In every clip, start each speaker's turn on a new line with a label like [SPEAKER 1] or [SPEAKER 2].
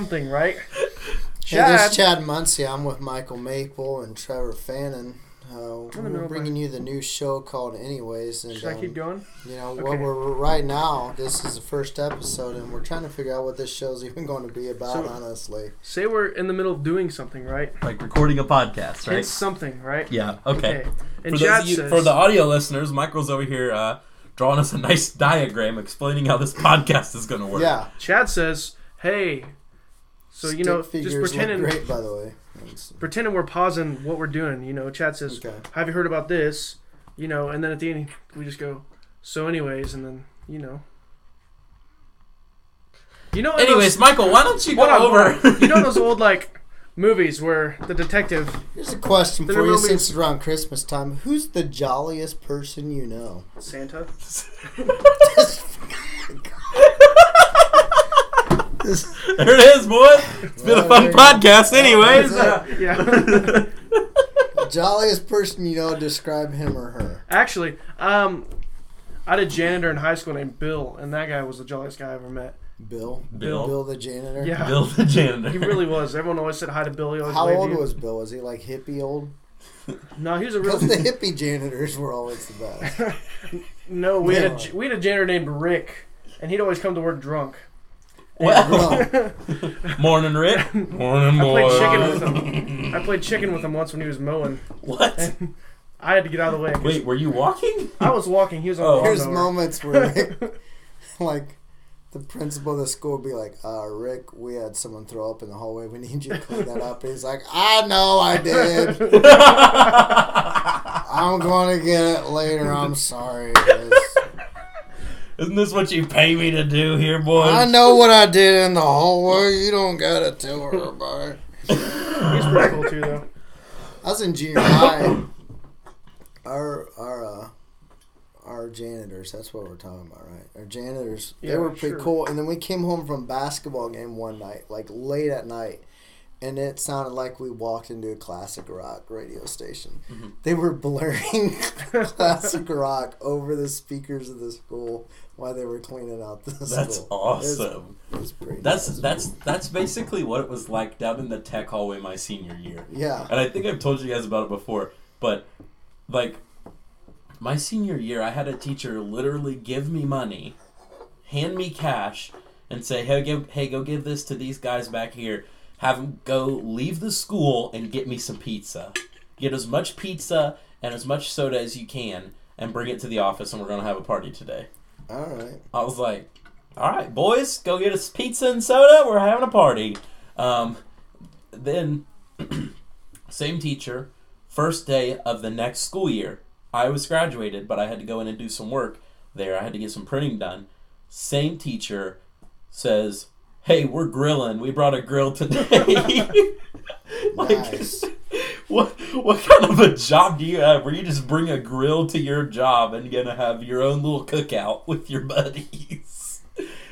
[SPEAKER 1] something, right?
[SPEAKER 2] Yeah,
[SPEAKER 1] Chad,
[SPEAKER 2] this is Chad Muncie. I'm with Michael Maple and Trevor Fannin. Uh,
[SPEAKER 1] don't know
[SPEAKER 2] we're
[SPEAKER 1] if
[SPEAKER 2] bringing you the new show called Anyways. And,
[SPEAKER 1] should I keep
[SPEAKER 2] um,
[SPEAKER 1] going?
[SPEAKER 2] You know,
[SPEAKER 1] Okay.
[SPEAKER 2] what we're we're- right now, this is the first episode, and we're trying to figure out what this show's even going to be about,
[SPEAKER 1] So-
[SPEAKER 2] honestly.
[SPEAKER 1] Say we're in the middle of doing something, right?
[SPEAKER 3] like recording a podcast, right?
[SPEAKER 1] It's something, right?
[SPEAKER 3] yeah. Okay.
[SPEAKER 1] And
[SPEAKER 3] for,
[SPEAKER 1] Chad
[SPEAKER 3] those of you-
[SPEAKER 1] says,
[SPEAKER 3] for the audio listeners, Michael's over here uh, drawing us a nice diagram explaining how this podcast is going to work.
[SPEAKER 2] Yeah.
[SPEAKER 1] Chad says, "Hey, so you
[SPEAKER 2] stick
[SPEAKER 1] know,
[SPEAKER 2] figures
[SPEAKER 1] just
[SPEAKER 2] look
[SPEAKER 1] pretending,
[SPEAKER 2] great, by the way. It's-
[SPEAKER 1] pretending we're pausing what we're doing." You know, Chad says,
[SPEAKER 2] Okay.
[SPEAKER 1] "Have you heard about this?" You know, and then at the end we just go, "So, anyways," and then you know, you know, in
[SPEAKER 3] Anyways, Michael, why don't you
[SPEAKER 1] those,
[SPEAKER 3] go
[SPEAKER 1] hold on,
[SPEAKER 3] over?
[SPEAKER 1] you know those old like movies where the detective
[SPEAKER 2] Here's a question
[SPEAKER 1] Then
[SPEAKER 2] for you
[SPEAKER 1] it'll be-
[SPEAKER 2] since it's around Christmas time. Who's the jolliest person you know?
[SPEAKER 1] Santa.
[SPEAKER 2] This-
[SPEAKER 3] there it is, boy. It's been a
[SPEAKER 2] Well,
[SPEAKER 3] fun podcast, anyways.
[SPEAKER 2] Oh, That's
[SPEAKER 1] Yeah.
[SPEAKER 2] jolliest person you know, describe him or her.
[SPEAKER 1] Actually, um, I had a janitor in high school named Bill, and that guy was the jolliest guy I ever met.
[SPEAKER 2] Bill?
[SPEAKER 3] Bill.
[SPEAKER 2] Bill the janitor?
[SPEAKER 1] Yeah.
[SPEAKER 3] Bill the janitor.
[SPEAKER 1] He really was. Everyone always said hi to Bill. He always
[SPEAKER 2] How
[SPEAKER 1] waved
[SPEAKER 2] old
[SPEAKER 1] you.
[SPEAKER 2] was Bill? Was he like hippie old?
[SPEAKER 1] No, he was a real.
[SPEAKER 2] Because the hippie janitors were always the best.
[SPEAKER 1] No, we had a
[SPEAKER 2] Yeah.
[SPEAKER 1] j- we had a janitor named Rick, and he'd always come to work drunk.
[SPEAKER 3] Well,
[SPEAKER 2] Well,
[SPEAKER 3] morning, Rick. Morning,
[SPEAKER 1] I
[SPEAKER 3] boy.
[SPEAKER 1] played chicken with him. I played chicken with him once when he was mowing.
[SPEAKER 3] What?
[SPEAKER 1] I had to get out of the way. 'cause
[SPEAKER 3] Wait, were you walking?
[SPEAKER 1] I was walking. He was on the
[SPEAKER 3] Oh.
[SPEAKER 2] there's
[SPEAKER 1] lawnmower.
[SPEAKER 2] moments where, like, the principal of the school would be like, uh, Rick, we had someone throw up in the hallway. We need you to clean that up. And he's like, I know I did. I'm going to get it later. I'm sorry. guys."
[SPEAKER 3] Isn't this what you pay me to do here, boy?
[SPEAKER 2] I know what I did in the hallway. You don't got to tell her about it.
[SPEAKER 1] He's pretty cool too, though.
[SPEAKER 2] I was in junior high. Our our uh, our janitors. That's what we're talking about, right? Our janitors.
[SPEAKER 1] Yeah,
[SPEAKER 2] they were pretty
[SPEAKER 1] sure.
[SPEAKER 2] cool. And then we came home from a basketball game one night, like late at night, and it sounded like we walked into a classic rock radio station.
[SPEAKER 1] Mm-hmm.
[SPEAKER 2] They were blaring classic rock over the speakers of the school while they were cleaning out the
[SPEAKER 3] That's
[SPEAKER 2] school.
[SPEAKER 3] awesome.
[SPEAKER 2] It was, it was pretty.
[SPEAKER 3] That's
[SPEAKER 2] nuts.
[SPEAKER 3] that's that's basically what it was like down in the tech hallway my senior year.
[SPEAKER 2] yeah.
[SPEAKER 3] And I think I've told you guys about it before, but like my senior year, I had a teacher literally give me money, hand me cash, and say, "Hey, give, hey, go give this to these guys back here. Have them go leave the school and get me some pizza. Get as much pizza and as much soda as you can, and bring it to the office. And we're gonna have a party today."
[SPEAKER 2] All right.
[SPEAKER 3] I was like, "All right, boys, go get us pizza and soda. We're having a party." Um, then, same teacher. First day of the next school year, I was graduated, but I had to go in and do some work there. I had to get some printing done. Same teacher says, "Hey, we're grilling. We brought a grill today." like,
[SPEAKER 2] Nice.
[SPEAKER 3] what what kind of a job do you have where you just bring a grill to your job and gonna have your own little cookout with your buddies?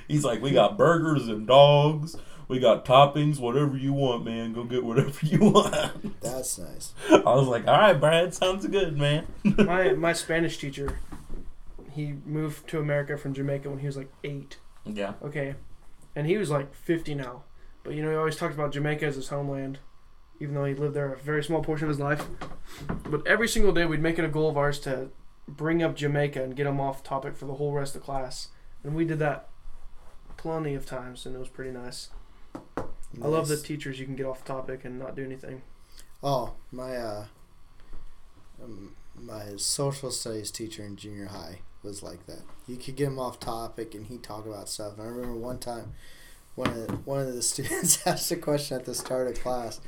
[SPEAKER 3] He's like, we got burgers and dogs, we got toppings, whatever you want, man. Go get whatever you want.
[SPEAKER 2] That's nice.
[SPEAKER 3] I was like, all right, Brad, sounds good, man.
[SPEAKER 1] My my Spanish teacher, he moved to America from Jamaica when he was like eight.
[SPEAKER 3] yeah,
[SPEAKER 1] Okay. And he was like 50 now. But you know, he always talked about Jamaica as his homeland, even though he lived there a very small portion of his life. But every single day, we'd make it a goal of ours to bring up Jamaica and get him off topic for the whole rest of class. And we did that plenty of times, and it was pretty nice. I love the
[SPEAKER 2] Nice.
[SPEAKER 1] teachers you can get off topic and not do anything.
[SPEAKER 2] Oh, my uh, um, my social studies teacher in junior high was like that. You could get him off topic, and he'd talk about stuff. And I remember one time, one of one of the students asked a question at the start of class,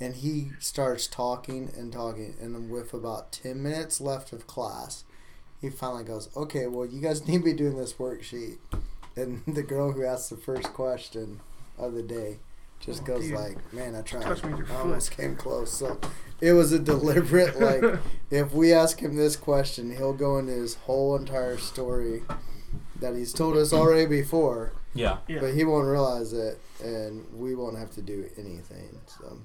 [SPEAKER 2] and he starts talking and talking, and with about ten minutes left of class, he finally goes, "Okay, well, you guys need to be doing this worksheet." And the girl who asked the first question of the day just
[SPEAKER 1] Oh,
[SPEAKER 2] goes
[SPEAKER 1] dude.
[SPEAKER 2] like, "Man, I tried."
[SPEAKER 1] Touch me with your
[SPEAKER 2] I almost came close. So it was a deliberate like if we ask him this question, he'll go into his whole entire story that he's told us already before,
[SPEAKER 3] yeah.
[SPEAKER 1] Yeah.
[SPEAKER 2] but he won't realize it and we won't have to do anything. So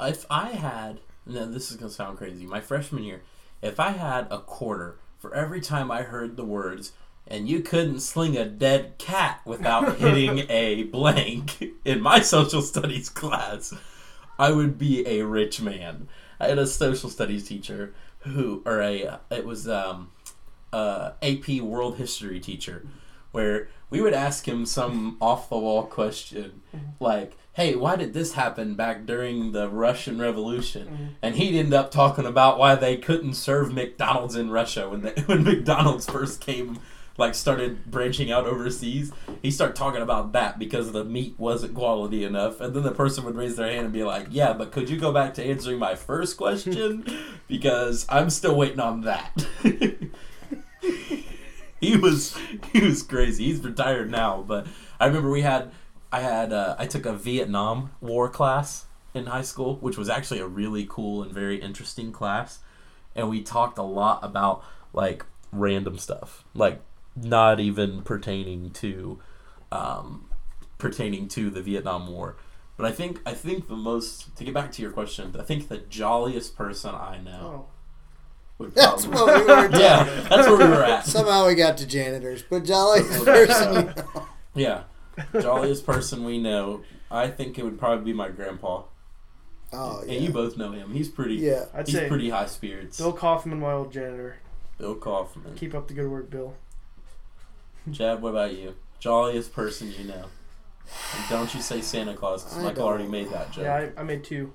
[SPEAKER 3] If I had, now this is gonna sound crazy. My freshman year, if I had a quarter for every time I heard the words and you couldn't sling a dead cat without hitting a blank in my social studies class, I would be a rich man. I had a social studies teacher who, or a, it was um, uh, AP World History teacher, where we would ask him some off the wall question, like, "Hey, why did this happen back during the Russian Revolution?" And he'd end up talking about why they couldn't serve McDonald's in Russia when they, when McDonald's first came, like started branching out overseas. He started talking about that because the meat wasn't quality enough, and then the person would raise their hand and be like, "Yeah, but could you go back to answering my first question because I'm still waiting on that." he was he was crazy. He's retired now, but I remember we had I had uh, I took a Vietnam War class in high school, which was actually a really cool and very interesting class, and we talked a lot about like random stuff, like not even pertaining to um, pertaining to the Vietnam War. But I think I think the most to get back to your question, I think the jolliest person I
[SPEAKER 1] Oh,
[SPEAKER 3] know would
[SPEAKER 2] That's
[SPEAKER 3] probably
[SPEAKER 2] what we were talking
[SPEAKER 3] yeah, that's where we were at.
[SPEAKER 2] Somehow we got to janitors, but jolly person.
[SPEAKER 3] Yeah. Jolliest person we know. I think it would probably be my grandpa.
[SPEAKER 2] Oh yeah.
[SPEAKER 3] And you both know him. He's pretty
[SPEAKER 2] yeah.
[SPEAKER 1] I'd
[SPEAKER 3] he's
[SPEAKER 1] say
[SPEAKER 3] pretty high spirits.
[SPEAKER 1] Bill Kaufman, my old janitor.
[SPEAKER 3] Bill Kaufman.
[SPEAKER 1] Keep up the good work, Bill.
[SPEAKER 3] Chad, what about you? Jolliest person you know. And don't you say Santa Claus because
[SPEAKER 2] I
[SPEAKER 3] Michael
[SPEAKER 2] don't.
[SPEAKER 3] already made that joke.
[SPEAKER 1] Yeah, I, I made two.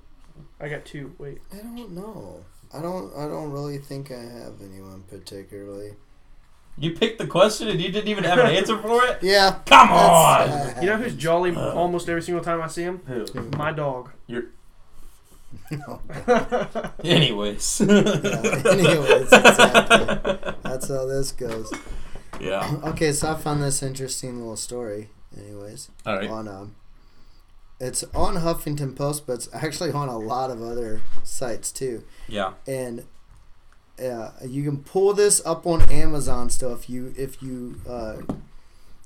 [SPEAKER 1] I got two. Wait,
[SPEAKER 2] I don't know. I don't. I don't really think I have anyone particularly.
[SPEAKER 3] You picked the question and you didn't even have an answer for it?
[SPEAKER 2] Yeah.
[SPEAKER 3] Come on!
[SPEAKER 2] that's-
[SPEAKER 1] you know who's jolly
[SPEAKER 3] Uh.
[SPEAKER 1] almost every single time I see him?
[SPEAKER 3] Who?
[SPEAKER 1] My dog.
[SPEAKER 3] Anyways.
[SPEAKER 2] Yeah, anyways, exactly. That's how this goes.
[SPEAKER 3] yeah.
[SPEAKER 2] Okay, so I found this interesting little story. Anyways,
[SPEAKER 3] All right.
[SPEAKER 2] on um, it's on Huffington Post, but it's actually on a lot of other sites too.
[SPEAKER 3] Yeah.
[SPEAKER 2] And uh, you can pull this up on Amazon still if you if you uh,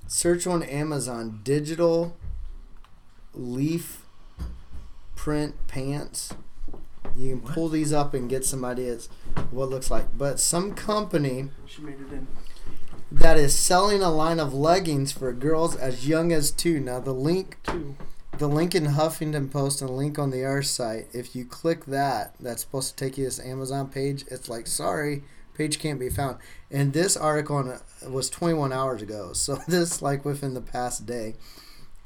[SPEAKER 2] search on Amazon digital leaf print pants. You can pull these up and get some ideas of what it looks like. But some company
[SPEAKER 1] She made it in.
[SPEAKER 2] that is selling a line of leggings for girls as young as two. Now the link
[SPEAKER 1] Two.
[SPEAKER 2] the link in Huffington Post and the link on the R site, if you click that, that's supposed to take you to this Amazon page. It's like, sorry, page can't be found. And this article on, was 21 hours ago, so this like within the past day.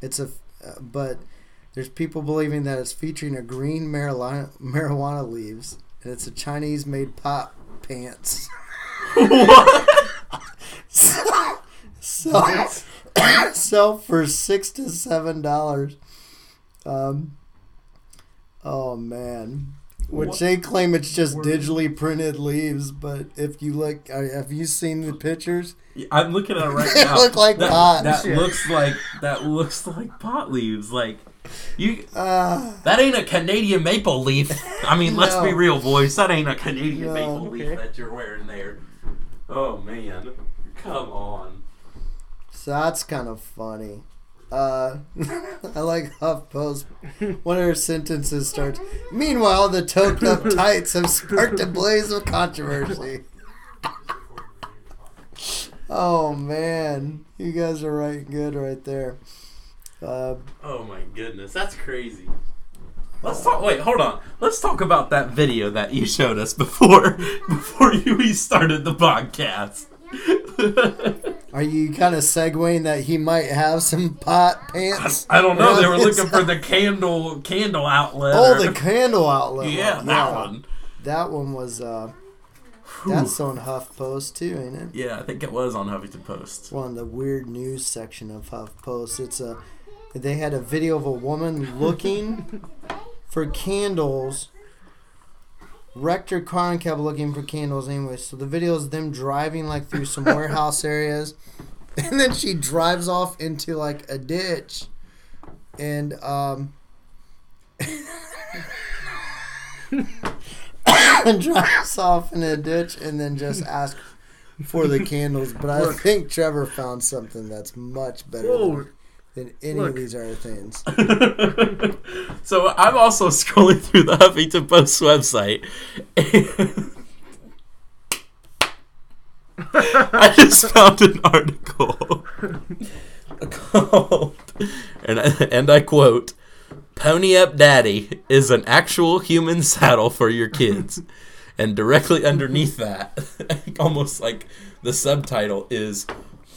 [SPEAKER 2] It's a, uh, but there's people believing that it's featuring a green marijuana marijuana leaves, and it's a Chinese-made pop pants. so, so sell for six to seven dollars. Um, oh man, which
[SPEAKER 3] What?
[SPEAKER 2] they claim it's just
[SPEAKER 1] Word.
[SPEAKER 2] digitally printed leaves, but if you look, uh, have you seen the pictures?
[SPEAKER 3] I'm looking at it right
[SPEAKER 2] They
[SPEAKER 3] now.
[SPEAKER 2] look like
[SPEAKER 3] that,
[SPEAKER 2] pot.
[SPEAKER 3] That
[SPEAKER 1] Yeah.
[SPEAKER 3] looks like that looks like pot leaves. Like you,
[SPEAKER 2] Uh,
[SPEAKER 3] that ain't a Canadian maple leaf. I mean, let's be
[SPEAKER 2] No.
[SPEAKER 3] real, boys. That ain't a Canadian
[SPEAKER 2] No.
[SPEAKER 3] maple leaf
[SPEAKER 1] Okay.
[SPEAKER 3] that you're wearing there. Oh man, come on.
[SPEAKER 2] so that's kind of funny. Uh, I like HuffPost. One of her sentences starts. Meanwhile, the toked up tights have sparked a blaze of controversy. Oh man, you guys are right good right there. Uh,
[SPEAKER 3] Oh my goodness, that's crazy. Let's talk. Wait, hold on. Let's talk about that video that you showed us before before you we started the podcast.
[SPEAKER 2] are you kind of segueing that he might have some pot pants?
[SPEAKER 3] I don't know. They were looking for the candle candle outlet.
[SPEAKER 2] Oh,
[SPEAKER 3] or-
[SPEAKER 2] the candle outlet.
[SPEAKER 3] yeah, that one.
[SPEAKER 2] That one was. Uh,
[SPEAKER 3] Whew.
[SPEAKER 2] that's on HuffPost too, ain't it?
[SPEAKER 3] Yeah, I think it was on Huffington Post.
[SPEAKER 2] It's one of the weird news section of HuffPost. It's a. They had a video of a woman looking for candles. Wrecked her car and kept looking for candles anyway. So the video is them driving like through some warehouse areas, and then she drives off into like a ditch, and um. and drives off in a ditch and then just asks for the candles. But I
[SPEAKER 1] Look.
[SPEAKER 2] think Trevor found something that's much better
[SPEAKER 1] Whoa.
[SPEAKER 2] than any
[SPEAKER 1] Look.
[SPEAKER 2] of these other things.
[SPEAKER 3] so I'm also scrolling through the Huffington Post website. and- I just found an article called, and I, and I quote, "Pony Up Daddy is an actual human saddle for your kids," and directly underneath that, almost like the subtitle is,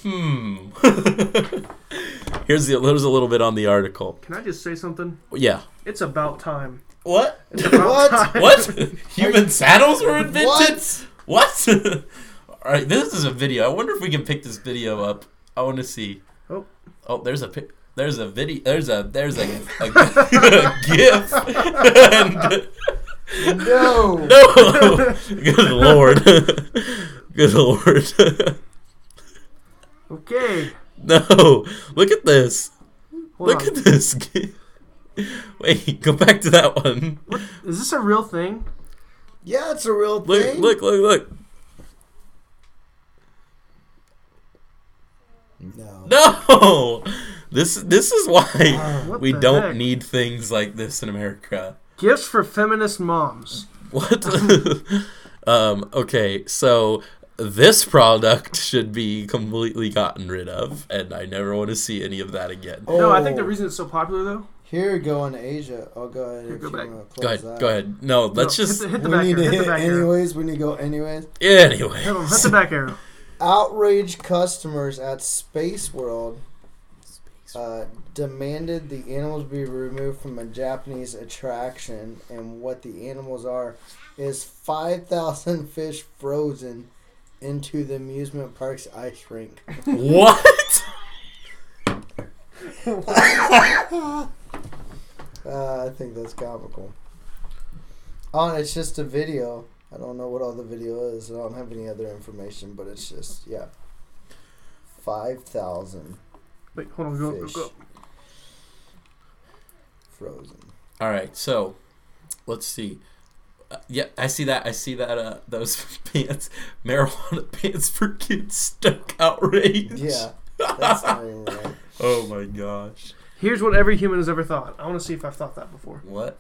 [SPEAKER 3] "Hmm." here's the here's a little bit on the article.
[SPEAKER 1] Can I just say something?
[SPEAKER 3] Yeah.
[SPEAKER 1] It's about time.
[SPEAKER 4] What?
[SPEAKER 1] It's about
[SPEAKER 2] What?
[SPEAKER 1] time.
[SPEAKER 3] What? Human saddles were invented?
[SPEAKER 2] What?
[SPEAKER 3] What? All right, this is a video. I wonder if we can pick this video up. I want to see.
[SPEAKER 1] Oh.
[SPEAKER 3] Oh, there's a pic. There's a video. There's a there's a, a, a gif. And-
[SPEAKER 2] No.
[SPEAKER 3] no. Good lord. Good lord.
[SPEAKER 1] Okay.
[SPEAKER 3] no. Look at this.
[SPEAKER 1] Hold
[SPEAKER 3] Look
[SPEAKER 1] on.
[SPEAKER 3] at this. gi- Wait, go back to that one.
[SPEAKER 1] Is this a real thing?
[SPEAKER 2] Yeah, it's a real
[SPEAKER 3] Look,
[SPEAKER 2] thing.
[SPEAKER 3] look, look, look.
[SPEAKER 2] No.
[SPEAKER 3] No, this this is why
[SPEAKER 1] What
[SPEAKER 3] we
[SPEAKER 1] the
[SPEAKER 3] don't
[SPEAKER 1] heck?
[SPEAKER 3] need things like this in America.
[SPEAKER 1] gifts for feminist moms.
[SPEAKER 3] What? um, okay, so this product should be completely gotten rid of, and I never want to see any of that again.
[SPEAKER 2] Oh,
[SPEAKER 1] No, I think the reason it's so popular though.
[SPEAKER 2] Here, go in Asia. I'll go ahead.
[SPEAKER 1] Here,
[SPEAKER 2] if
[SPEAKER 1] go
[SPEAKER 2] you
[SPEAKER 1] back.
[SPEAKER 2] wanna close
[SPEAKER 3] Go ahead,
[SPEAKER 2] that.
[SPEAKER 3] go ahead. No, let's
[SPEAKER 1] No,
[SPEAKER 3] just
[SPEAKER 1] hit the, hit the
[SPEAKER 2] We
[SPEAKER 1] back
[SPEAKER 2] need
[SPEAKER 1] arrow.
[SPEAKER 2] to
[SPEAKER 1] Hit the
[SPEAKER 2] hit
[SPEAKER 1] back arrow.
[SPEAKER 2] anyways. We need to go anyways.
[SPEAKER 3] anyway.
[SPEAKER 1] Hit, 'em, hit the back arrow.
[SPEAKER 2] Outraged customers at Space World uh, demanded the animals be removed from a Japanese attraction, and what the animals are is 5,000 fish frozen into the amusement park's ice rink.
[SPEAKER 3] What?
[SPEAKER 2] Uh, I think that's comical. Oh, it's just a video. I don't know what all the video is. I don't have any other information, but it's just, yeah. 5,000
[SPEAKER 1] Wait, hold on. Go, go,
[SPEAKER 2] Fish.
[SPEAKER 1] go.
[SPEAKER 2] frozen.
[SPEAKER 3] All right, so let's see. Uh, yeah, I see that. I see that. Uh, those pants, marijuana pants for kids, stuck outrage.
[SPEAKER 2] Yeah. That's not even right.
[SPEAKER 3] Oh my gosh.
[SPEAKER 1] Here's what every human has ever thought. I want to see if I've thought that before.
[SPEAKER 3] What?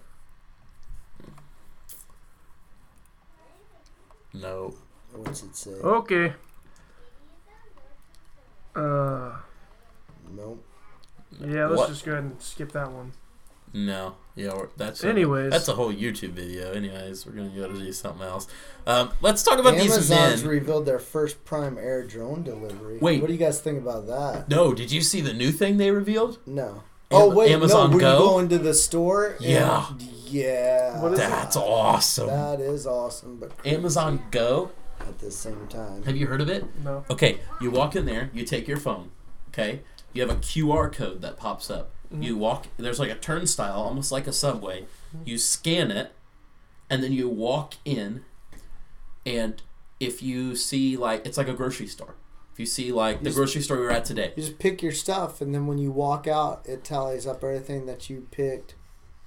[SPEAKER 3] No.
[SPEAKER 2] What's it
[SPEAKER 1] Oh.
[SPEAKER 2] say?
[SPEAKER 1] Okay. Uh,
[SPEAKER 2] Nope.
[SPEAKER 1] yeah. Let's
[SPEAKER 3] What?
[SPEAKER 1] just go ahead and skip that one.
[SPEAKER 3] No. Yeah, we're, that's A,
[SPEAKER 1] Anyways.
[SPEAKER 3] that's a whole YouTube video. Anyways, we're gonna go to do something else. Um, let's talk about these
[SPEAKER 2] Amazon's
[SPEAKER 3] men.
[SPEAKER 2] revealed their first prime air drone delivery.
[SPEAKER 3] Wait.
[SPEAKER 2] What do you guys think about that?
[SPEAKER 3] no, did you see the new thing they revealed?
[SPEAKER 2] No. Oh wait,
[SPEAKER 3] Amazon
[SPEAKER 2] no. Were
[SPEAKER 3] Go?
[SPEAKER 2] you going to the store? and-
[SPEAKER 3] Yeah.
[SPEAKER 2] yeah.
[SPEAKER 1] What is it?
[SPEAKER 3] That's awesome.
[SPEAKER 2] That is awesome, but
[SPEAKER 3] Amazon Go.
[SPEAKER 2] at the same time,
[SPEAKER 3] Have you heard of it?
[SPEAKER 1] No.
[SPEAKER 3] Okay, you walk in there, you take your phone, okay? You have a QR code that pops up. You walk, there's like a turnstile, almost like a subway. You scan it, and then you walk in, and if you see, like, it's like a grocery store. If you see, like, the grocery store we were at today,
[SPEAKER 2] you just pick your stuff, and then when you walk out, it tallies up everything that you picked,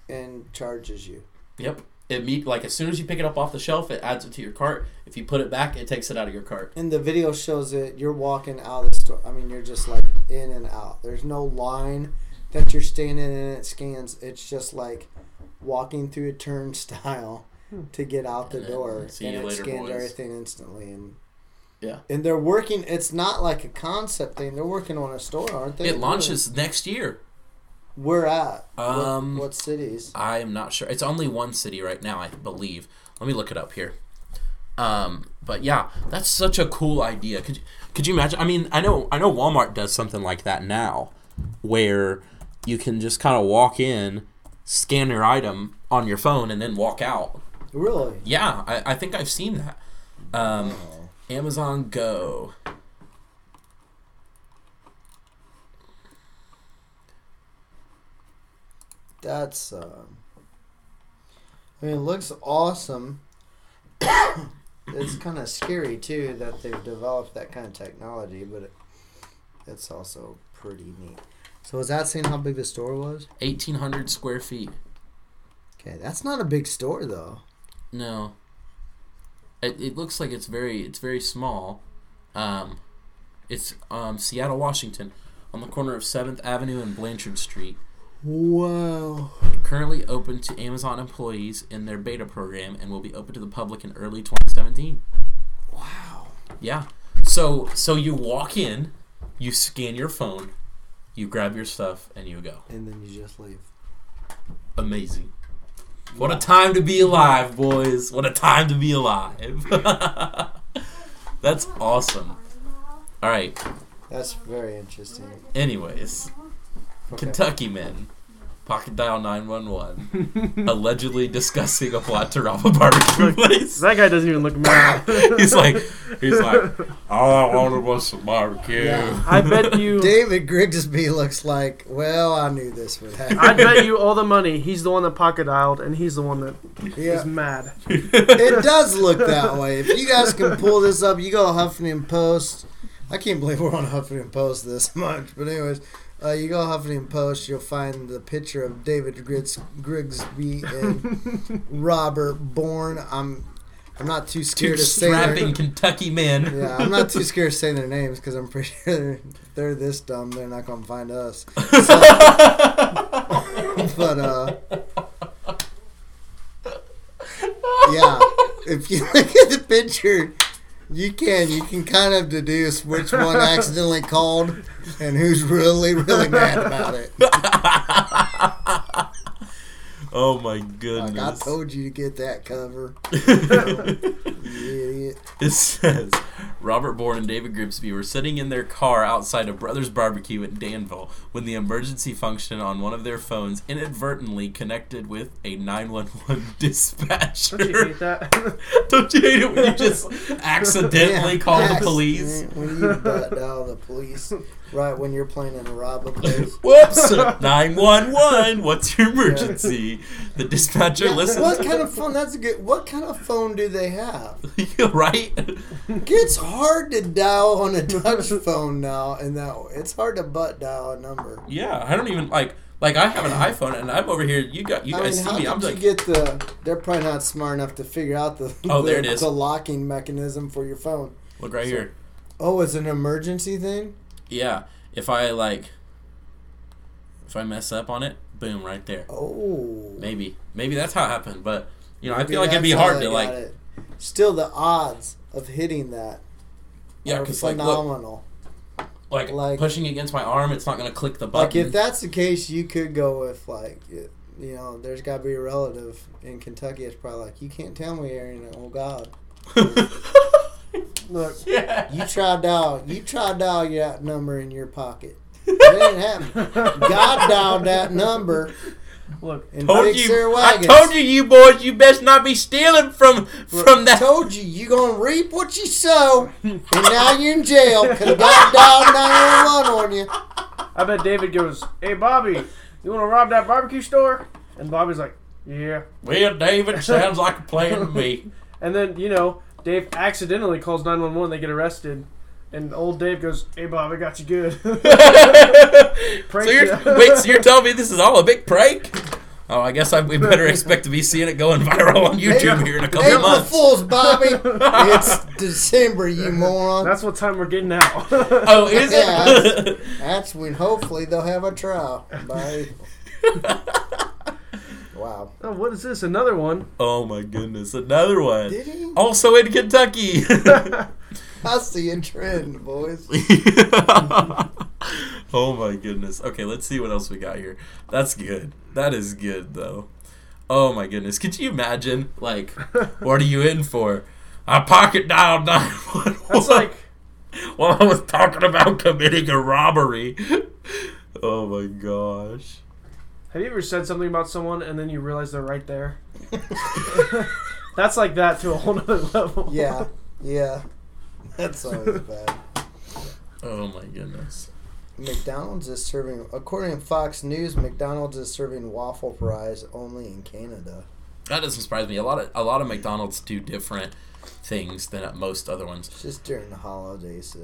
[SPEAKER 2] and charges you.
[SPEAKER 3] yep. It meet like as soon as you pick it up off the shelf, it adds it to your cart. If you put it back, it takes it out of your cart.
[SPEAKER 2] And the video shows it. You're walking out of the store. I mean, you're just like in and out. There's no line that you're standing in. and It scans. It's just like walking through a turnstile to get out the
[SPEAKER 3] And then
[SPEAKER 2] door,
[SPEAKER 3] see
[SPEAKER 2] and
[SPEAKER 3] you
[SPEAKER 2] it
[SPEAKER 3] later,
[SPEAKER 2] scans
[SPEAKER 3] boys.
[SPEAKER 2] everything instantly. And
[SPEAKER 3] Yeah.
[SPEAKER 2] and they're working. It's not like a concept thing. They're working on a store, aren't they?
[SPEAKER 3] It launches next year.
[SPEAKER 2] Where at?
[SPEAKER 3] Um,
[SPEAKER 2] what, what cities?
[SPEAKER 3] I am not sure. It's only one city right now, I believe. Let me look it up here. Um, but yeah, that's such a cool idea. Could you, could you imagine? I mean, I know I know Walmart does something like that now, where you can just kind of walk in, scan your item on your phone, and then walk out.
[SPEAKER 2] Really?
[SPEAKER 3] Yeah, I, I think I've seen that. Um, Amazon Go.
[SPEAKER 2] That's. Um, I mean, it looks awesome. it's kind of scary too that they've developed that kind of technology, but it, it's also pretty neat. So, was that saying how big the store was?
[SPEAKER 3] 1,800 square feet.
[SPEAKER 2] Okay, that's not a big store though.
[SPEAKER 3] No. It, it looks like it's very it's very small. Um, it's um, Seattle, Washington, on the corner of Seventh Avenue and Blanchard Street.
[SPEAKER 2] Wow.
[SPEAKER 3] Currently open to Amazon employees in their beta program, and will be open to the public in early 2017.
[SPEAKER 2] Wow.
[SPEAKER 3] Yeah. So so you walk in, you scan your phone, you grab your stuff, and you go.
[SPEAKER 2] and then you just leave.
[SPEAKER 3] Amazing. What a time to be alive, boys. What a time to be alive. That's awesome. All right.
[SPEAKER 2] That's very interesting.
[SPEAKER 3] Anyways,
[SPEAKER 2] Okay.
[SPEAKER 3] Kentucky men, pocket dial 911, allegedly discussing a plot to rob a barbecue place.
[SPEAKER 1] That guy doesn't even look mad.
[SPEAKER 3] he's like, he's like, all I wanted was some barbecue.
[SPEAKER 2] Yeah.
[SPEAKER 1] I bet you.
[SPEAKER 2] David Grigsby looks like, well, I knew this would happen.
[SPEAKER 1] I bet you all the money. He's the one that pocket dialed, and he's the one that is
[SPEAKER 2] yeah.
[SPEAKER 1] mad.
[SPEAKER 2] It does look that way. If you guys can pull this up, you go to Huffington Post. I can't believe we're on Huffington Post this much. But, anyways, uh, you go to Huffington Post, you'll find the picture of David Grigs- Grigsby and Robert Bourne. I'm, I'm not too
[SPEAKER 3] Two
[SPEAKER 2] scared to say their-
[SPEAKER 3] strapping Kentucky men.
[SPEAKER 2] Yeah, I'm not too scared of saying their names because I'm pretty sure they're, they're this dumb. They're not gonna find us. So- but uh, yeah, if you look at the picture, you can you can kind of deduce which one accidentally called and who's really really mad about it.
[SPEAKER 3] Oh my
[SPEAKER 2] Like I
[SPEAKER 3] goodness.
[SPEAKER 2] told you to get that cover, you idiot.
[SPEAKER 3] It says Robert Bourne and David Grimsby were sitting in their car outside of Brothers Barbecue in Danville when the emergency function on one of their phones inadvertently connected with a 911 dispatcher.
[SPEAKER 1] Don't you hate that?
[SPEAKER 3] Don't you hate it when you just accidentally
[SPEAKER 2] Yeah,
[SPEAKER 3] call
[SPEAKER 2] yes.
[SPEAKER 3] the police?
[SPEAKER 2] When you butt dial the police right when you're planning to rob a place.
[SPEAKER 3] Whoops! 911, what's your emergency? The dispatcher
[SPEAKER 2] Yeah, What
[SPEAKER 3] listens.
[SPEAKER 2] kind of phone? That's a good. What kind of phone do they have?
[SPEAKER 3] right?
[SPEAKER 2] It's hard to dial on a touch phone now, and that it's hard to butt dial a number.
[SPEAKER 3] Yeah, I don't even like. Like I have an iPhone and I'm over here. You got you
[SPEAKER 2] I mean,
[SPEAKER 3] guys
[SPEAKER 2] how
[SPEAKER 3] see me.
[SPEAKER 2] did
[SPEAKER 3] I'm
[SPEAKER 2] you
[SPEAKER 3] like,
[SPEAKER 2] get the? They're probably not smart enough to figure out the
[SPEAKER 3] Oh,
[SPEAKER 2] the,
[SPEAKER 3] there it is.
[SPEAKER 2] the locking mechanism for your phone.
[SPEAKER 3] look right here.
[SPEAKER 2] Oh, it's an emergency thing.
[SPEAKER 3] Yeah, if I like, if I mess up on it, boom, right there.
[SPEAKER 2] Oh,
[SPEAKER 3] Maybe, maybe that's how it happened. But you know, I
[SPEAKER 2] Maybe
[SPEAKER 3] feel like it'd be
[SPEAKER 2] that's how
[SPEAKER 3] hard
[SPEAKER 2] they
[SPEAKER 3] to
[SPEAKER 2] got
[SPEAKER 3] like,
[SPEAKER 2] it. Still, the odds of hitting that
[SPEAKER 3] yeah,
[SPEAKER 2] are
[SPEAKER 3] because like, look,
[SPEAKER 2] phenomenal.
[SPEAKER 3] like,
[SPEAKER 2] like-
[SPEAKER 3] pushing against my arm, it's not gonna click the button.
[SPEAKER 2] Like if that's the case, you could go with like y- you know, there's got to be a relative in Kentucky. It's probably like you can't tell me, Aaron. Oh God, look,
[SPEAKER 3] yeah.
[SPEAKER 2] you try dial, you try dial that number in your pocket. It ain't happening. God dialed that number
[SPEAKER 1] Look,
[SPEAKER 2] and
[SPEAKER 3] Told
[SPEAKER 2] fixed their
[SPEAKER 3] you, I
[SPEAKER 2] wagons.
[SPEAKER 3] told you, you boys, you best not be stealing from from that.
[SPEAKER 2] Told you, you gonna reap what you sow, and now you're in jail 'cause God dialed 911 on you.
[SPEAKER 1] I bet David goes, "Hey Bobby, you want to rob that barbecue store?" And Bobby's like, "Yeah."
[SPEAKER 3] Well, David, sounds like a plan to me.
[SPEAKER 1] And then you know, Dave accidentally calls nine one one. They get arrested, and old Dave goes, "Hey Bob, I got you good."
[SPEAKER 3] So you're, wait, so you're telling me this is all a big prank? Oh, I guess I, we better expect to be seeing it going viral on YouTube here in a couple
[SPEAKER 2] April
[SPEAKER 3] months.
[SPEAKER 2] Fools, Bobby. it's December, you moron.
[SPEAKER 1] That's what time we're getting out.
[SPEAKER 3] Oh, is
[SPEAKER 2] Yeah.
[SPEAKER 3] it?
[SPEAKER 2] That's when hopefully they'll have a trial by April. wow.
[SPEAKER 1] oh, what is this? Another one?
[SPEAKER 3] oh my goodness, another one.
[SPEAKER 2] Did he?
[SPEAKER 3] Also in Kentucky.
[SPEAKER 2] I see a trend, boys.
[SPEAKER 3] oh my goodness. Okay, let's see what else we got here. That's good. That is good though. Oh my goodness. Could you imagine? Like, what are you in for? I pocket dialed nine one one.
[SPEAKER 1] That's like
[SPEAKER 3] while I was talking about committing a robbery. Oh my gosh.
[SPEAKER 1] Have you ever said something about someone and then you realize they're right there? That's like that to a whole nother level.
[SPEAKER 2] Yeah, yeah. That's always bad.
[SPEAKER 3] Oh my goodness.
[SPEAKER 2] McDonald's is serving, according to Fox News, McDonald's is serving waffle fries only in Canada.
[SPEAKER 3] That doesn't surprise me. A lot of a lot of McDonald's do different things than at most other ones.
[SPEAKER 2] It's just during the holidays. So.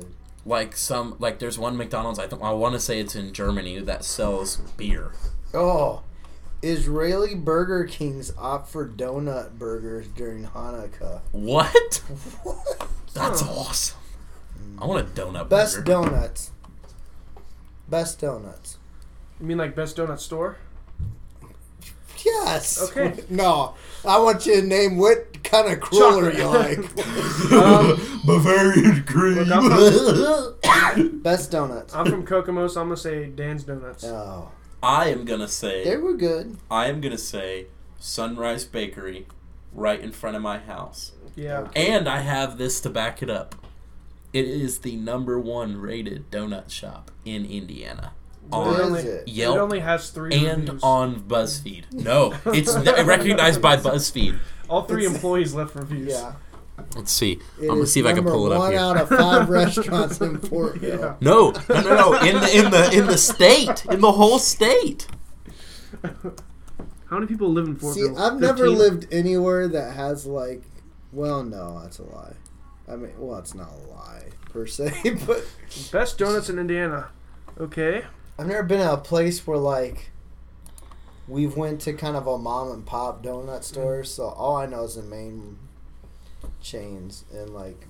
[SPEAKER 3] Like some like there's one McDonald's I think I want to say it's in Germany that sells beer.
[SPEAKER 2] Oh, Israeli Burger Kings opt for donut burgers during Hanukkah.
[SPEAKER 3] What? That's awesome. I want a donut
[SPEAKER 2] Best
[SPEAKER 3] burger.
[SPEAKER 2] donuts. Best donuts.
[SPEAKER 1] You mean like best donut store?
[SPEAKER 2] Yes.
[SPEAKER 1] Okay.
[SPEAKER 2] No, I want you to name what kind of cruller
[SPEAKER 1] Chocolate.
[SPEAKER 2] you
[SPEAKER 1] Um,
[SPEAKER 3] Bavarian cream.
[SPEAKER 1] Look, I'm-
[SPEAKER 2] like. Best donuts.
[SPEAKER 1] I'm from Kokomo, so I'm gonna say Dan's Donuts.
[SPEAKER 2] Oh,
[SPEAKER 3] I am gonna say.
[SPEAKER 2] they were good.
[SPEAKER 3] I am gonna say Sunrise Bakery, right in front of my house,
[SPEAKER 1] Yeah.
[SPEAKER 3] and I have this to back it up. It is the number one rated donut shop in Indiana
[SPEAKER 1] It
[SPEAKER 3] on
[SPEAKER 1] only,
[SPEAKER 2] it?
[SPEAKER 1] it
[SPEAKER 3] Yelp
[SPEAKER 1] only has three
[SPEAKER 3] and
[SPEAKER 1] reviews.
[SPEAKER 3] on BuzzFeed. No, it's n- recognized by BuzzFeed.
[SPEAKER 1] All three
[SPEAKER 2] It's-
[SPEAKER 1] employees left reviews.
[SPEAKER 2] Yeah.
[SPEAKER 3] Let's see.
[SPEAKER 2] It
[SPEAKER 3] I'm gonna
[SPEAKER 2] is
[SPEAKER 3] see if I can
[SPEAKER 2] number
[SPEAKER 3] pull it up
[SPEAKER 2] One
[SPEAKER 3] here.
[SPEAKER 2] out of five restaurants in Portville.
[SPEAKER 1] Yeah.
[SPEAKER 3] No, no, no, no. In the in the in the state, in the whole state.
[SPEAKER 1] How many people live in Fort
[SPEAKER 2] See, I've never lived anywhere that has like. Well, no, that's a lie. I mean, well, it's not a lie per se, but
[SPEAKER 1] Best donuts in Indiana. Okay.
[SPEAKER 2] I've never been at a place where like we went to kind of a mom and pop
[SPEAKER 3] Mm.
[SPEAKER 2] donut store, so all I know is the main chains and like